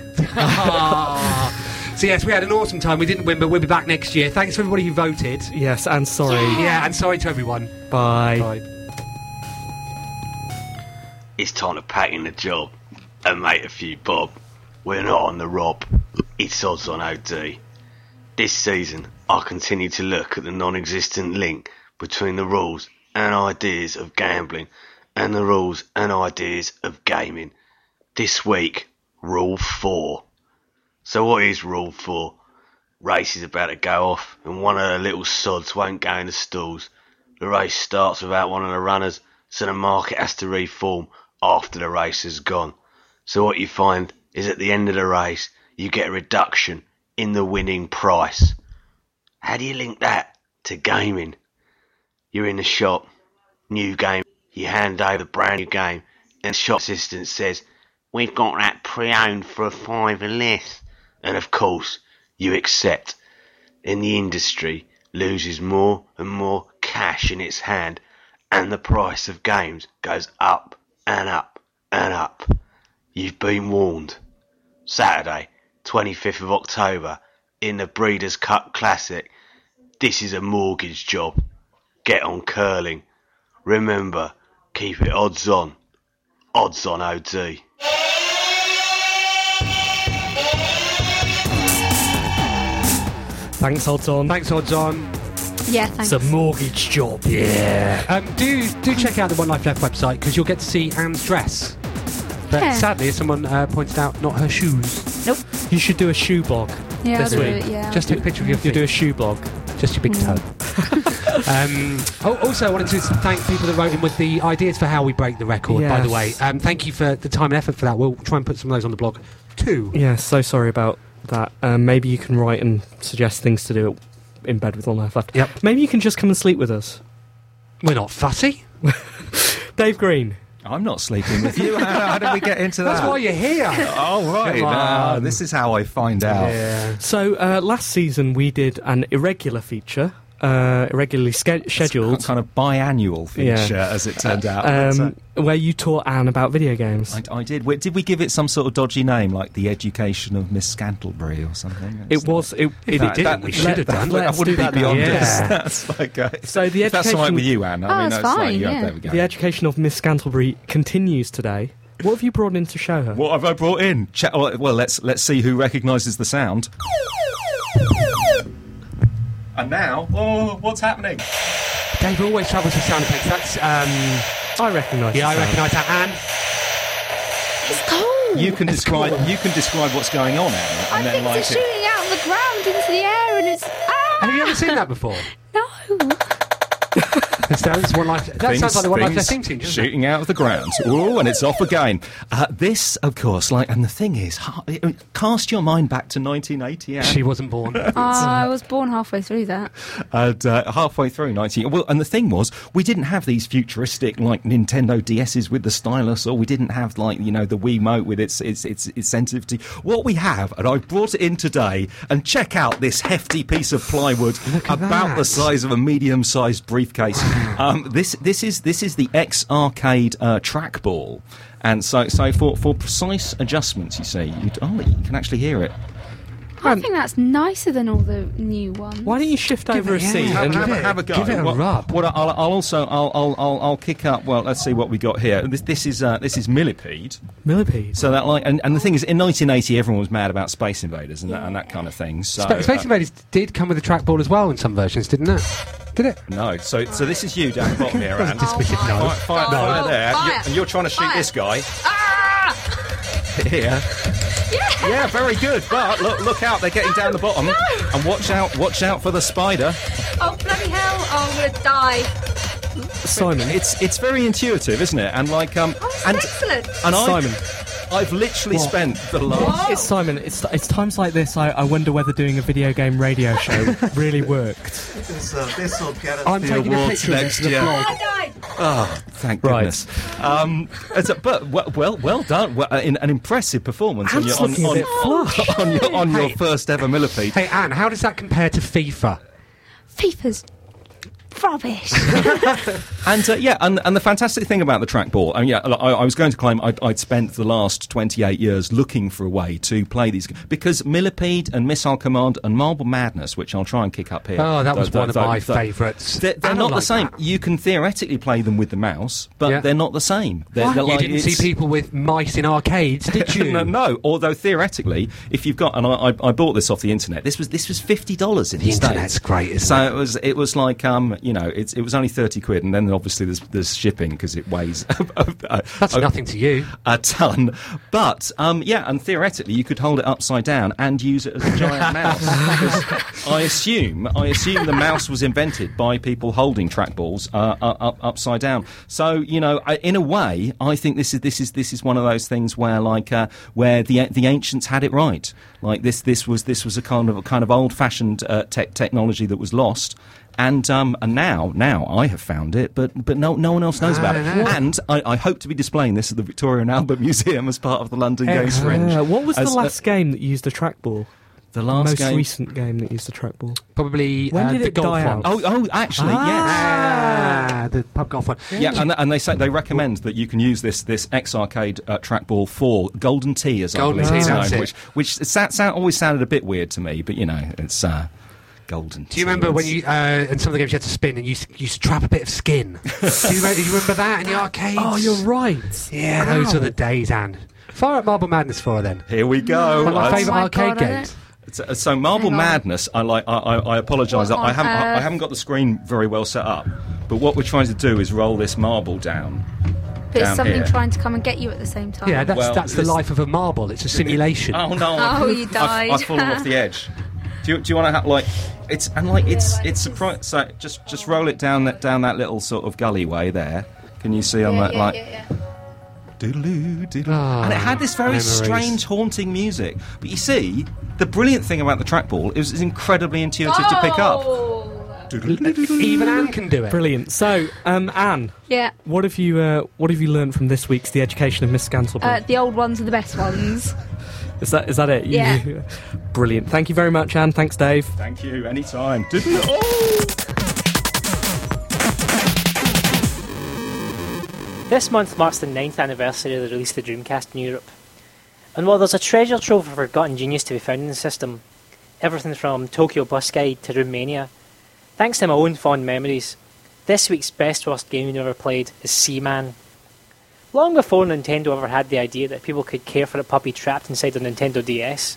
So yes, we had an awesome time. We didn't win, but we'll be back next year. Thanks for everybody who voted. Yes, and sorry. Yeah, and sorry to everyone. Bye. Bye. It's time to pack in the job and make a few bob. We're not on the rob. It's odds on OD. This season, I continue to look at the non existent link between the rules and ideas of gambling and the rules and ideas of gaming. This week, Rule 4. So, what is Rule 4? Race is about to go off, and one of the little sods won't go in the stalls. The race starts without one of the runners, so the market has to reform after the race has gone. So what you find is at the end of the race, you get a reduction in the winning price. How do you link that to gaming? You're in the shop, new game, you hand over the brand new game, and the shop assistant says, We've got that pre owned for a fiver less. And of course, you accept in the industry loses more and more cash in its hand, and the price of games goes up and up and up. You've been warned. Saturday, 25th of October, in the Breeders' Cup Classic, this is a mortgage job. Get on curling. Remember, keep it odds on. Odds on OD. Thanks, odds on. Thanks, odds on. Yeah, It's thanks. a mortgage job. Yeah. Um, do do check out the One Life Left website because you'll get to see Anne's dress. But Yeah. sadly, as someone uh, pointed out, not her shoes. nope. You should do a shoe blog. Yeah, This I'll do week. it. Yeah. Mm. Just take a picture of your You do a feet. shoe blog. Just your big toe. Um, al- also, I wanted to thank people that wrote in with the ideas for how we break the record, by the way. Yes. Um, thank you for the time and effort for that. We'll try and put some of those on the blog too. Yeah, so sorry about that. Um, maybe you can write and suggest things to do in bed with all night left. Yep. Maybe you can just come and sleep with us. We're not fussy. Dave Green. I'm not sleeping with you. How, how did we get into that? That's why you're here. Oh, right. Come Ah, on. this is how I find out. So uh, last season we did an irregular feature, uh, irregularly ske- scheduled, kind of biannual feature, as it turned out. That's, uh, um, where you taught Anne about video games. I, I did. Wait, Did we give it some sort of dodgy name, like the Education of Miss Scantlebury or something? It was. It, If it didn't, we should have done. I wouldn't be beyond this. That's like uh, so the education. if that's all right with you, Anne. I mean, Oh, it's like, yeah, there we go. The education of Miss Scantlebury continues today. What have you brought in to show her? What have I brought in? Ch- well, well, let's let's see who recognises the sound. And now, oh, what's happening? Dave always travels with sound effects. That's. Um, I recognise. Yeah, the I sound. recognise that. And It's cold. You can describe you can describe what's going on, Anne, and then like It's it. shooting out on the ground into the air and it's. Ah! Have you ever seen that before? No. That's, that's one life. That sounds like the one life things left theme tune. doesn't it? shooting out of the ground. Ooh, and it's off again. Uh, this, of course, like, and the thing is, ha- I mean, cast your mind back to 1980. Anne. She wasn't born. Oh, uh, I was born halfway through that. and uh, halfway through 19 well and the thing was we didn't have these futuristic like nintendo ds's with the stylus or we didn't have like you know the wiimote with its its its, its sensitivity what we have and i brought it in today and check out this hefty piece of plywood about that. the size of a medium-sized briefcase um, this this is this is the x arcade uh, trackball and so, so for, for precise adjustments, you see, you, oh, you can actually hear it. I think that's nicer than all the new ones. Why don't you shift Give over a it- yeah, seat have and it- have a go. What- What I- I'll, I'll also I'll, I'll I'll I'll kick up. Well, let's see what we got here. This, this is uh, this is millipede. Millipede. So that like and, and the thing is, in 1980, everyone was mad about Space Invaders and that and that kind of thing. So Spa- Space uh, Invaders did come with a trackball as well in some versions, didn't it? Did it? uh, no, so so this is you down the bottom here, Anne. Just wish it- no. Fire, fire, No. fire there, Fire. You- and you're trying to shoot this guy Oh, Ah! here. Yeah. Yeah, very good. But look, look out! They're getting down the bottom, and watch out! Watch out for the spider. Oh, bloody hell. Oh, I'm going to die. Simon, it's it's very intuitive, isn't it? And like um, Oh, and Excellent. and I, Simon. I've literally What? spent the last. It's Simon. It's, it's times like this I, I wonder whether doing a video game radio show really worked. This, uh, this will get us I'm the taking a awards picture of this next for the year. blog. I died. Oh, thank goodness. Um, it's a- but well, well, well done. Well, uh, in, an impressive performance on your on, Absolutely. on, Flush. on your on your Hey. first ever millipede. Hey, Anne, how does that compare to FIFA? FIFA's rubbish. And uh, yeah, and, and the fantastic thing about the trackball, I mean, yeah, I, I was going to claim I'd, I'd spent the last 28 years looking for a way to play these g- because Millipede and Missile Command and Marble Madness, which I'll try and kick up here. Oh, that was th- th- one of th- my th- favourites. They're, I they're don't not the like same. You can theoretically play them with the mouse, but Yeah. they're not the same. They're, they're you like- didn't see it's- people with mice in arcades, did you? no, no, although theoretically, if you've got, and I, I, I bought this off the internet. This was this was fifty dollars in the, The internet's States. great, isn't so it? was it was like um you know it's, it was only thirty quid, and then obviously there's there's shipping because it weighs. That's nothing to you. A ton, but um, yeah, and theoretically you could hold it upside down and use it as a giant mouse. 'Cause I assume, I assume the mouse was invented by people holding trackballs uh, up, up, upside down. So you know, I, in a way, I think this is this is this is one of those things where like uh, where the the ancients had it right. Like this this was this was a kind of a kind of old fashioned uh, tech technology that was lost. And um, and now now I have found it, but but no no one else knows about it. Ah. And I, I hope to be displaying this at the Victoria and Albert Museum as part of the London Games Fringe. Uh, what was the As- uh, last game that used a trackball? The last most game- recent game that used a trackball. Probably When uh, did the it golf die out? one. Oh, oh, actually, Ah, the pub golf one. yes. Yeah, and, and they say they recommend that you can use this this X arcade uh, trackball for golden tea as Golden I believe Tee, it's that's known, it. which which it sa- sa- always sounded a bit weird to me, but you know it's uh, golden. Do you remember when you uh, in some of the games you had to spin and you used, you used to trap a bit of skin? do, you remember, do you remember that in the arcades? Oh, you're right. Yeah, those are the days, Anne. Fire up Marble Madness for her then. Here we go. One of Uh, my favourite my arcade God, I games. So, so Marble Hang on. Madness, I like. I, I, I apologise. What I on haven't. I, I earth? haven't got the screen very well set up. But what we're trying to do is roll this marble down. But it's Down something here. trying to come and get you at the same time. Yeah, that's Well, that's the this- life of a marble. It's a simulation. Oh no! I've- Oh, you I've- died. I've, fallen off the edge. Do you, do you want to ha- like it's and like it's it's surprising. So just just roll it down that down that little sort of alleyway there. Can you see on that uh, like? Doodaloo, doodaloo. and it had this very memories. strange, haunting music. But you see, the brilliant thing about the trackball is it's incredibly intuitive to pick Oh. up. Even Anne can do it. Brilliant. So, um, Anne, Yeah. what have you uh, what have you learned from this week's The Education of Miss Scantlebury? Uh, the old ones are the best ones. is that is that it? You- yeah. Brilliant. Thank you very much, Anne. Thanks, Dave. Thank you. Anytime. Doodaloo. oh! This month marks the 9th anniversary of the release of the Dreamcast in Europe. And while there's a treasure trove of forgotten genius to be found in the system, everything from Tokyo Bus Guide to Romania, thanks to my own fond memories, this week's best worst game you ever played is Seaman. Long before Nintendo ever had the idea that people could care for a puppy trapped inside a Nintendo DS,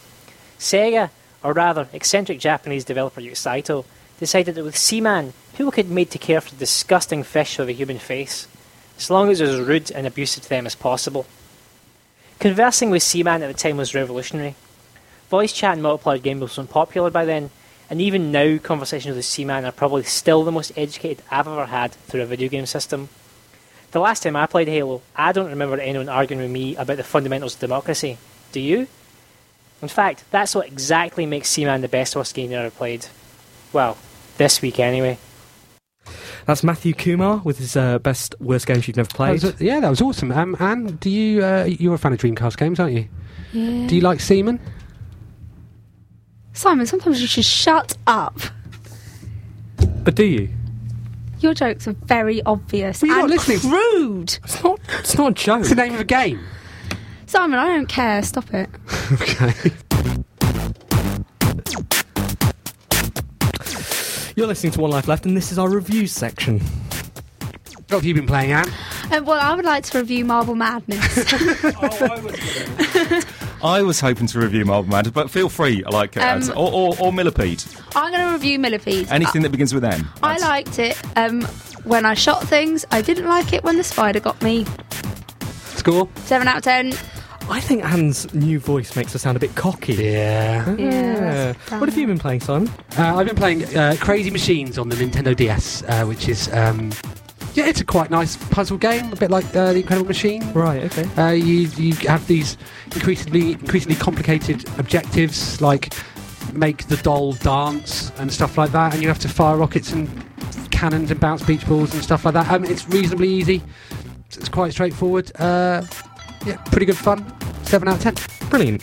Sega, or rather, eccentric Japanese developer Yu Saito, decided that with Seaman, people could be made to care for the disgusting fish with a human face, as long as it was rude and abusive to them as possible. Conversing with Seaman at the time was revolutionary. Voice chat and multiplayer game was unpopular by then, and even now, conversations with Seaman are probably still the most educated I've ever had through a video game system. The last time I played Halo, I don't remember anyone arguing with me about the fundamentals of democracy. Do you? In fact, that's what exactly makes Seaman the best horse game I ever played. Well, this week anyway. That's Matthew Kumar with his uh, best worst games you've never played. That was a- yeah, that was awesome. Um, Anne, do you uh, you're a fan of Dreamcast games, aren't you? Yeah. Do you like Seaman? Simon, sometimes you should shut up. But do you? Your jokes are very obvious and crude. It's not, it's not a joke. It's the name of a game. Simon, I don't care. Stop it. You're listening to One Life Left, and this is our reviews section. What have you been playing, Anne? Um, well, I would like to review Marble Madness. I was hoping to review Marble Madness, but feel free, like uh, Um, or, or or millipede, I'm going to review Millipede. anything that begins with M. I, I liked it um, when I shot things. I didn't like it when the spider got me. Score? Seven out of ten. I think Anne's new voice makes her sound a bit cocky. Yeah. Yeah. What have you been playing, Simon? Uh, I've been playing uh, Crazy Machines on the Nintendo DS, uh, which is um, yeah, it's a quite nice puzzle game, a bit like uh, the Incredible Machine. Right. Okay. Uh, you you have these increasingly increasingly complicated objectives, like make the doll dance and stuff like that, and you have to fire rockets and cannons and bounce beach balls and stuff like that. Um, it's reasonably easy. It's- It's quite straightforward. Uh, yeah, pretty good fun. Seven out of ten. Brilliant.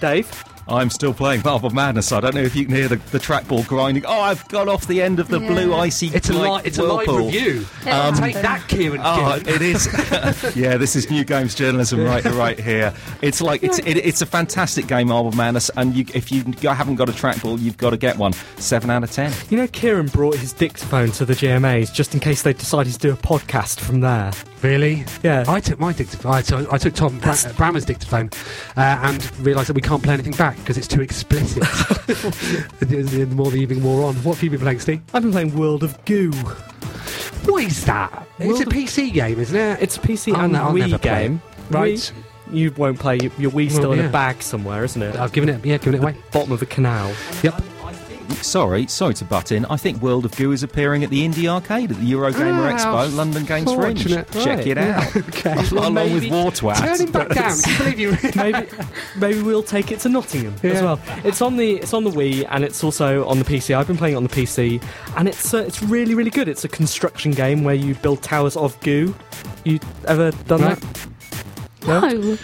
Dave? I'm still playing Marble Madness. I don't know if you can hear the, the trackball grinding. Oh, I've got off the end of the Yeah. blue icy It's a like, li- it's a live whirlpool. review. Um, Ah, Take that, Kieran. Oh, Gillen. it is. yeah, this is new games journalism right right here. It's like it's it, it's a fantastic game, Marble Madness, and you, if you haven't got a trackball, you've got to get one. Seven out of ten. You know, Kieran brought his dictaphone to the GMAs just in case they decided to do a podcast from there. Really? Yeah. I took my dictaphone. I took, I took Tom Bra- uh, Brammer's dictaphone uh, and realised that we can't play anything back because it's too explicit. the, the- the more the evening wore on. What have you been playing, Steve? I've been playing World of Goo. What is that? it's a PC game, isn't it? It's a PC I'll and ne- I'll never Wii play it. game. Right. Wii- you won't play your, your Wii still Well, in yeah. a bag somewhere, isn't it? I've given it, yeah, given it away. Bottom of a canal. Yep. Sorry, sorry to butt in. I think World of Goo is appearing at the Indie Arcade at the Eurogamer Ah, Expo, London Games Fringe. fortunate. Check Right. it out. okay. Along with War Twat. Turn him back down. Can you believe you maybe, maybe we'll take it to Nottingham Yeah. as well. It's on the it's on the Wii and it's also on the PC. I've been playing it on the PC and it's uh, it's really really good. It's a construction game where you build towers of goo. You ever done No. that? No.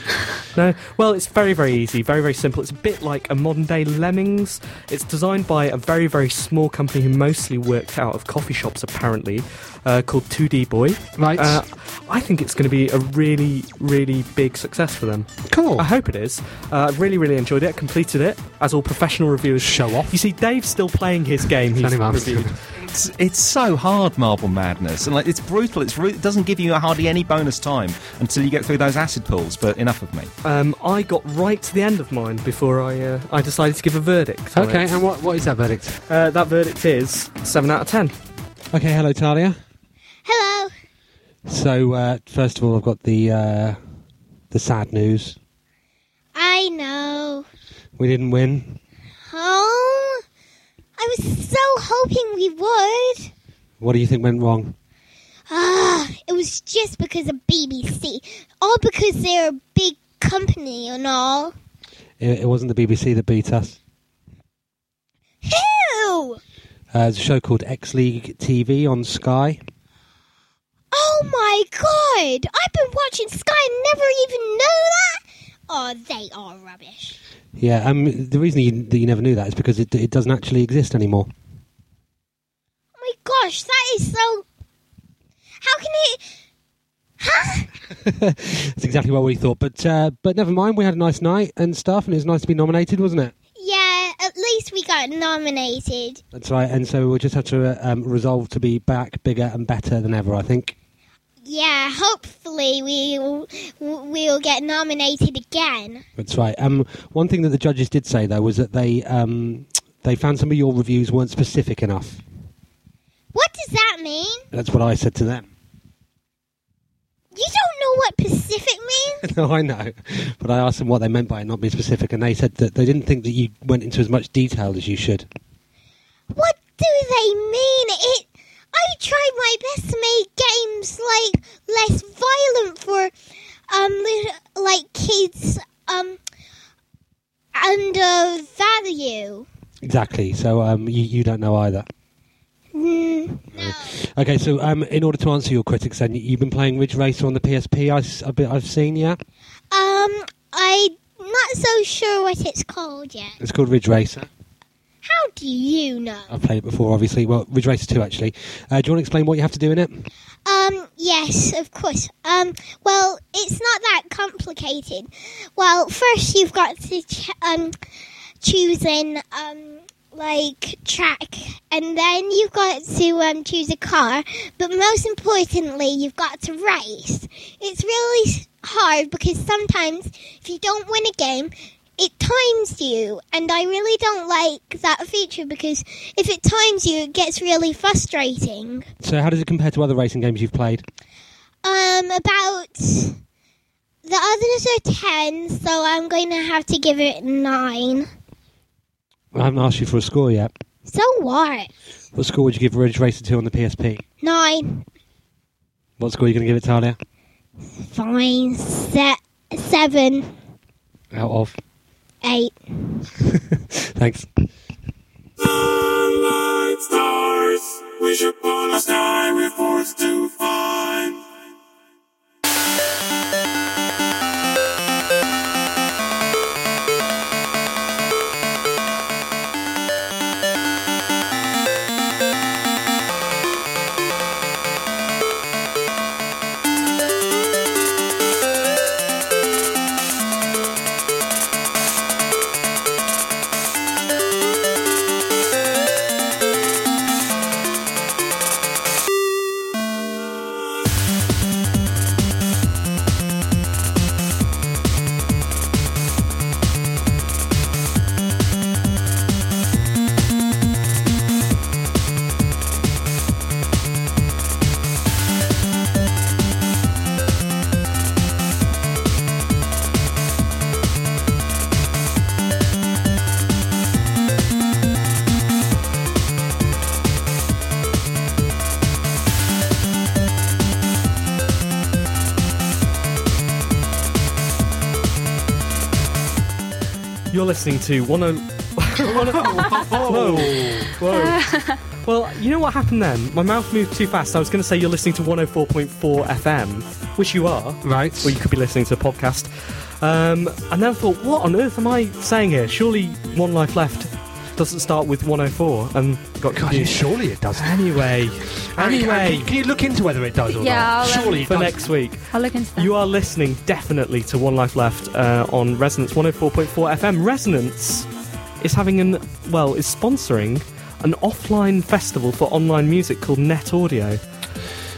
No. Well, it's very very easy, very very simple. It's a bit like a modern day Lemmings. It's designed by a very very small company who mostly worked out of coffee shops apparently, uh, called 2D Boy. Right. Uh, I think it's going to be a really really big success for them. Cool. I hope it is. Uh, I really, really enjoyed it. Completed it, as all professional reviewers show off. You see, Dave's still playing his game. He's Funny man. reviewed. It's, it's so hard, Marble Madness, and like it's brutal. It's ru- it doesn't give you hardly any bonus time until you get through those acid pools. But enough of me. Um, I got right to the end of mine before I uh, I decided to give a verdict. on Okay, it. and what, what is that verdict? Uh, that verdict is seven out of ten. Okay, hello, Talia. Hello. So, uh, first of all, I've got the uh, the sad news. I know. We didn't win. Oh, I was so hoping we would. What do you think went wrong? Ah, it was just because of BBC. All because they're a big company and all. It, it wasn't the BBC that beat us. Who? Uh, there's a show called X League TV on Sky. Oh my god! I've been watching Sky and never even know that! Oh, they are rubbish. Yeah, um, the reason you, that you never knew that is because it, it doesn't actually exist anymore. Oh my gosh, that is so. How can it. Huh? That's exactly what we thought. But uh, but never mind, we had a nice night and stuff, and it was nice to be nominated, wasn't it? Yeah, at least we got nominated. That's right. And so we'll just have to uh, um, resolve to be back bigger and better than ever. I think. Yeah, hopefully we will, we'll get nominated again. That's right. Um, one thing that the judges did say though was that they um, they found some of your reviews weren't specific enough. What does that mean? That's what I said to them. You don't know what Pacific means? no, I know, but I asked them what they meant by it not being specific, and they said that they didn't think that you went into as much detail as you should. What do they mean? It. I tried my best to make games like less violent for um lit- like kids um undervalue. Exactly. So um, you you don't know either. Mm, Okay, so um, in order to answer your critics, then you've been playing Ridge Racer on the PSP. I, s- I've been- I've seen, yeah. Um, I'm not so sure what it's called yet. It's called Ridge Racer. How do you know? I've played it before, obviously. Well, Ridge Racer 2, actually. Uh, do you want to explain what you have to do in it? Um, yes, of course. Um, well, it's not that complicated. Well, first you've got to ch- um, choose an um, like track, and then you've got to um, choose a car. But most importantly, you've got to race. It's really s- hard because sometimes if you don't win a game. It times you, and I really don't like that feature because if it times you, it gets really frustrating So, how does it compare to other racing games you've played? um about the others are 10 so i'm going to have to give it 9 I haven't asked you for a score yet. so what What score would you give Ridge Racer 2 on the PSP? 9 What score are you going to give it, Talia? fine se- 7 Out of. 8 Thanks. Light stars, wish upon a star we're forced to find. You're listening to 10. Whoa. Whoa. Well, you know what happened then? My mouth moved too fast. I was going to say you're listening to 104.4 FM, which you are. Right. Or you could be listening to a podcast. Um, and then I thought, what on earth am I saying here? Surely One Life Left doesn't start with 104. And got God, confused. surely it doesn't. Anyway. Anyway. Can, can you look into whether it does or Yeah, not? I'll, um, Surely it for does. next week. I'll look into You are listening definitely to One Life Left uh, on Resonance 104.4 FM. Resonance is having an, well, is sponsoring an offline festival for online music called Net Audio.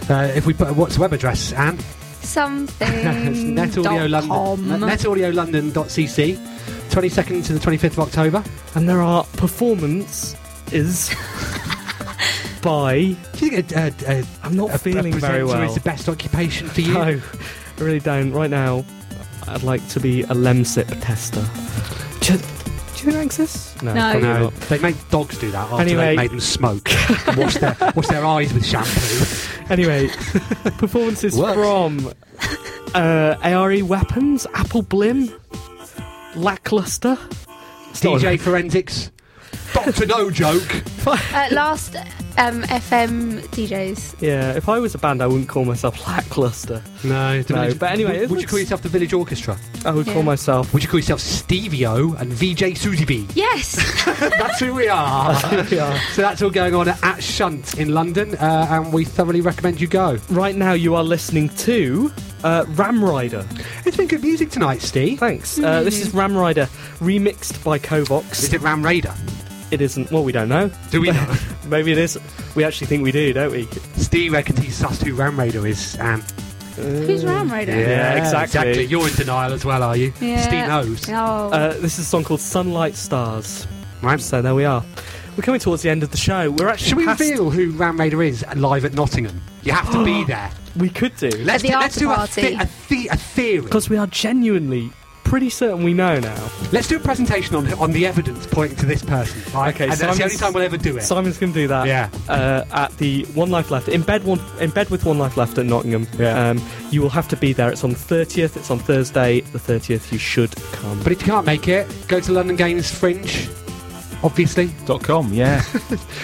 Uh, if we put what's the web address, Anne? Something. NetAudio Mm, dot Um, com. London. NetAudiolondon.cc. 22nd to the 25th of October. And there are performance is by. Do you think uh, a, a, a, I'm not a, feeling a very presenter well. is the best occupation for you? No, I really don't. Right now, I'd like to be a LEMSIP tester. Just, Do you think that exists? No, no. They make dogs do that after Anyway. they made them smoke. and wash their wash their eyes with shampoo. Anyway, performances Works. from uh, ARE Weapons, Apple Blim, Lackluster, DJ Forensics, Doctor No Joke. uh, last um, FM DJs. Yeah, if I was a band, I wouldn't call myself Lackluster. No, No, but anyway, would, would you it's- call yourself the Village Orchestra? I would call myself. Would you call yourself Stevio and VJ Susie B? Yes. that's who we are. That's who we are. so that's all going on at Shunt in London, uh, and we thoroughly recommend you go. Right now, you are listening to uh, Ram Rider. It's been good music tonight, Steve. Mm. Thanks. Uh, this is Ram Rider, remixed by Kovox. Is it Ram Raider? It isn't. Well, we don't know. Do we know? Maybe it is. We actually think we do, don't we? Steve reckons he's sussed who Ram Raider is. Um, Who's Ram Rider? Yeah, exactly. exactly. You're in denial as well, are you? Yeah. Steve knows. Oh. Uh, this is a song called Sunlight Stars. Right. So there we are. We're coming towards the end of the show. We're actually. Should we past- reveal who Ram Raider is live at Nottingham? You have to be there. We could do. Let's, do, let's do a, thi- a, thi- a theory. Because we are genuinely pretty certain we know now. Let's do a presentation on on the evidence pointing to this person. Right? Okay, and that's the only Simon's- time we'll ever do it. Simon's going to do that. Yeah. Uh, at the One Life Left in bed one in bed with One Life Left at Nottingham. Yeah. Um, you will have to be there. It's on thirtieth. It's on Thursday, the thirtieth. You should come. But if you can't make it, go to London Games Fringe, obviously. Dot com, yeah.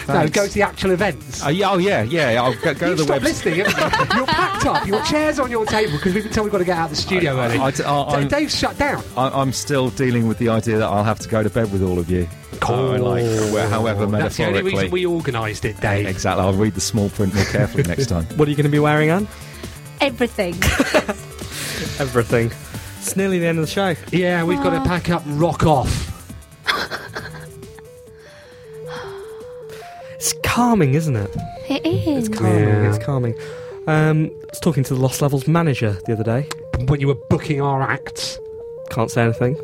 No, go to the actual events. Uh, yeah, oh yeah, yeah. I'll go, go to You've the stopped website. listening. haven't you? You're packed up. Your chair's on your table because we've been told we've got to get out of the studio I- early. I- I- D- Dave's shut down. I, I'm still dealing with the idea that I'll have to go to bed with all of you. Oh, like, wh- however That's the only metaphorically. reason we organised it, Dave. Exactly. I'll read the small print more carefully next time. What are you going to be wearing, Anne? Everything. Everything. It's nearly the end of the show. Yeah, we've got Aw. to pack up and rock off. It's calming, isn't it? It is. It's calming. It's calming. Um, I was talking to the Lost Levels manager the other day. When you were booking our acts. Can't say anything.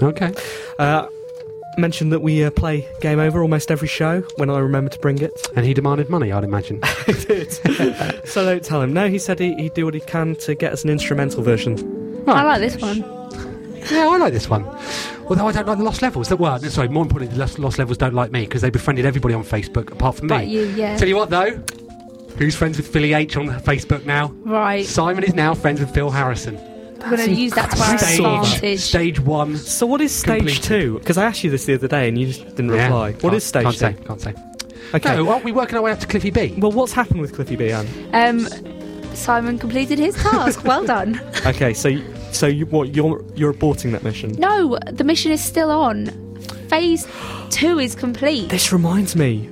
Okay. Uh, mentioned that we uh, play Game Over almost every show when I remember to bring it. And he demanded money, I'd imagine. So don't tell him. No, he said he, he'd do what he can to get us an instrumental version. I like this one. yeah, I like this one. Although I don't like the Lost Levels. That were, sorry, more importantly, the Lost, lost Levels don't like me because they befriended everybody on Facebook apart from But me. you, yeah. Tell you what, though, who's friends with Philly H on Facebook now? Right. Simon is now friends with Phil Harrison. We're going to use that to our Stage, advantage. stage one. So what is stage Completed. two? Because I asked you this the other day and you just didn't Yeah. reply. What Can't- is stage can't two? say, can't say. Okay. No, aren't we working our way up to Cliffy B? Well, what's happened with Cliffy B, Anne? Um, Simon completed his task. well done. okay, so y- so you, what you're you're aborting that mission? No, the mission is still on. Phase two is complete. This reminds me,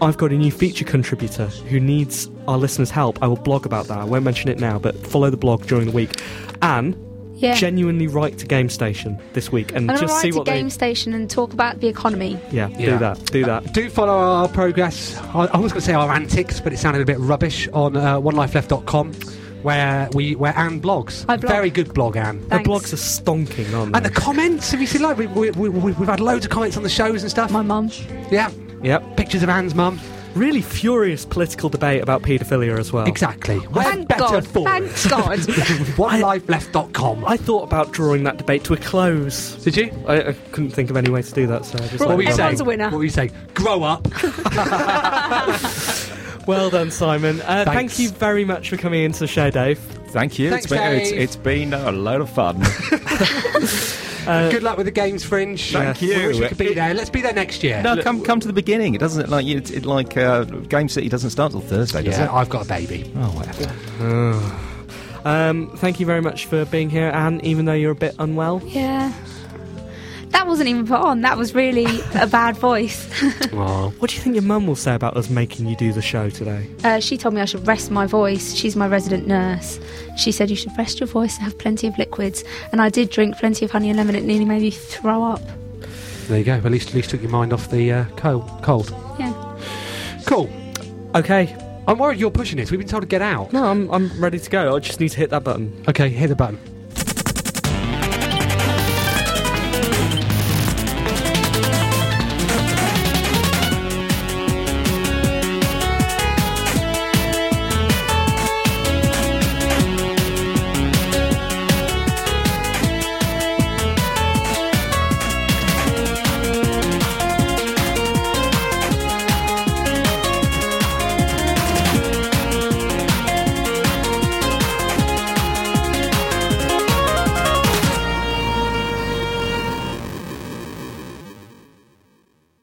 I've got a new feature contributor who needs our listeners' help. I will blog about that. I won't mention it now, but follow the blog during the week. Anne, Yeah. genuinely write to Game Station this week and I'm going to just see write to what they. Game Station and talk about the economy. Yeah, Yeah. do that. Do that. Do follow our progress. I, I was going to say our antics, but it sounded a bit rubbish on uh, onelifeleft.com, where we where Anne blogs. I blog. Very good blog, Anne. Thanks. The blogs are stonking, aren't And they? the comments, have you seen? Like we, we, we, we've had loads of comments on the shows and stuff. My mum. Yeah, yep. pictures of Anne's mum. Really furious political debate about paedophilia as well. Exactly. We're Thank better God. for Thank it. God. OneLifeLeft.com. I thought about drawing that debate to a close. Did you? I, I couldn't think of any way to do that, so I just What were you Everyone's saying? a winner. What were you saying? Grow up. Well done, Simon. Uh, Thanks. thank you very much for coming into the show, Dave. Thank you. Thanks, it's been it's, Dave. it's been a load of fun. good luck with the games, Fringe. Uh, Thank We you. wish we could be there. Let's be there next year. no, come come to the beginning. It doesn't like you. It, it like uh, Game City doesn't start till Thursday, does Yeah, it? I've got a baby. Oh, whatever. Um, thank you very much for being here, Anne, even though you're a bit unwell. Yeah. That wasn't even put on. That was really a bad voice. What do you think your mum will say about us making you do the show today? Uh, she told me I should rest my voice. She's my resident nurse. She said you should rest your voice and have plenty of liquids. And I did drink plenty of honey and lemon. It nearly made me throw up. There you go. At least, at least took your mind off the uh, cold. Cold. Yeah. Cool. Okay. I'm worried you're pushing this. We've been told to get out. No, I'm, I'm ready to go. I just need to hit that button. Okay, hit the button.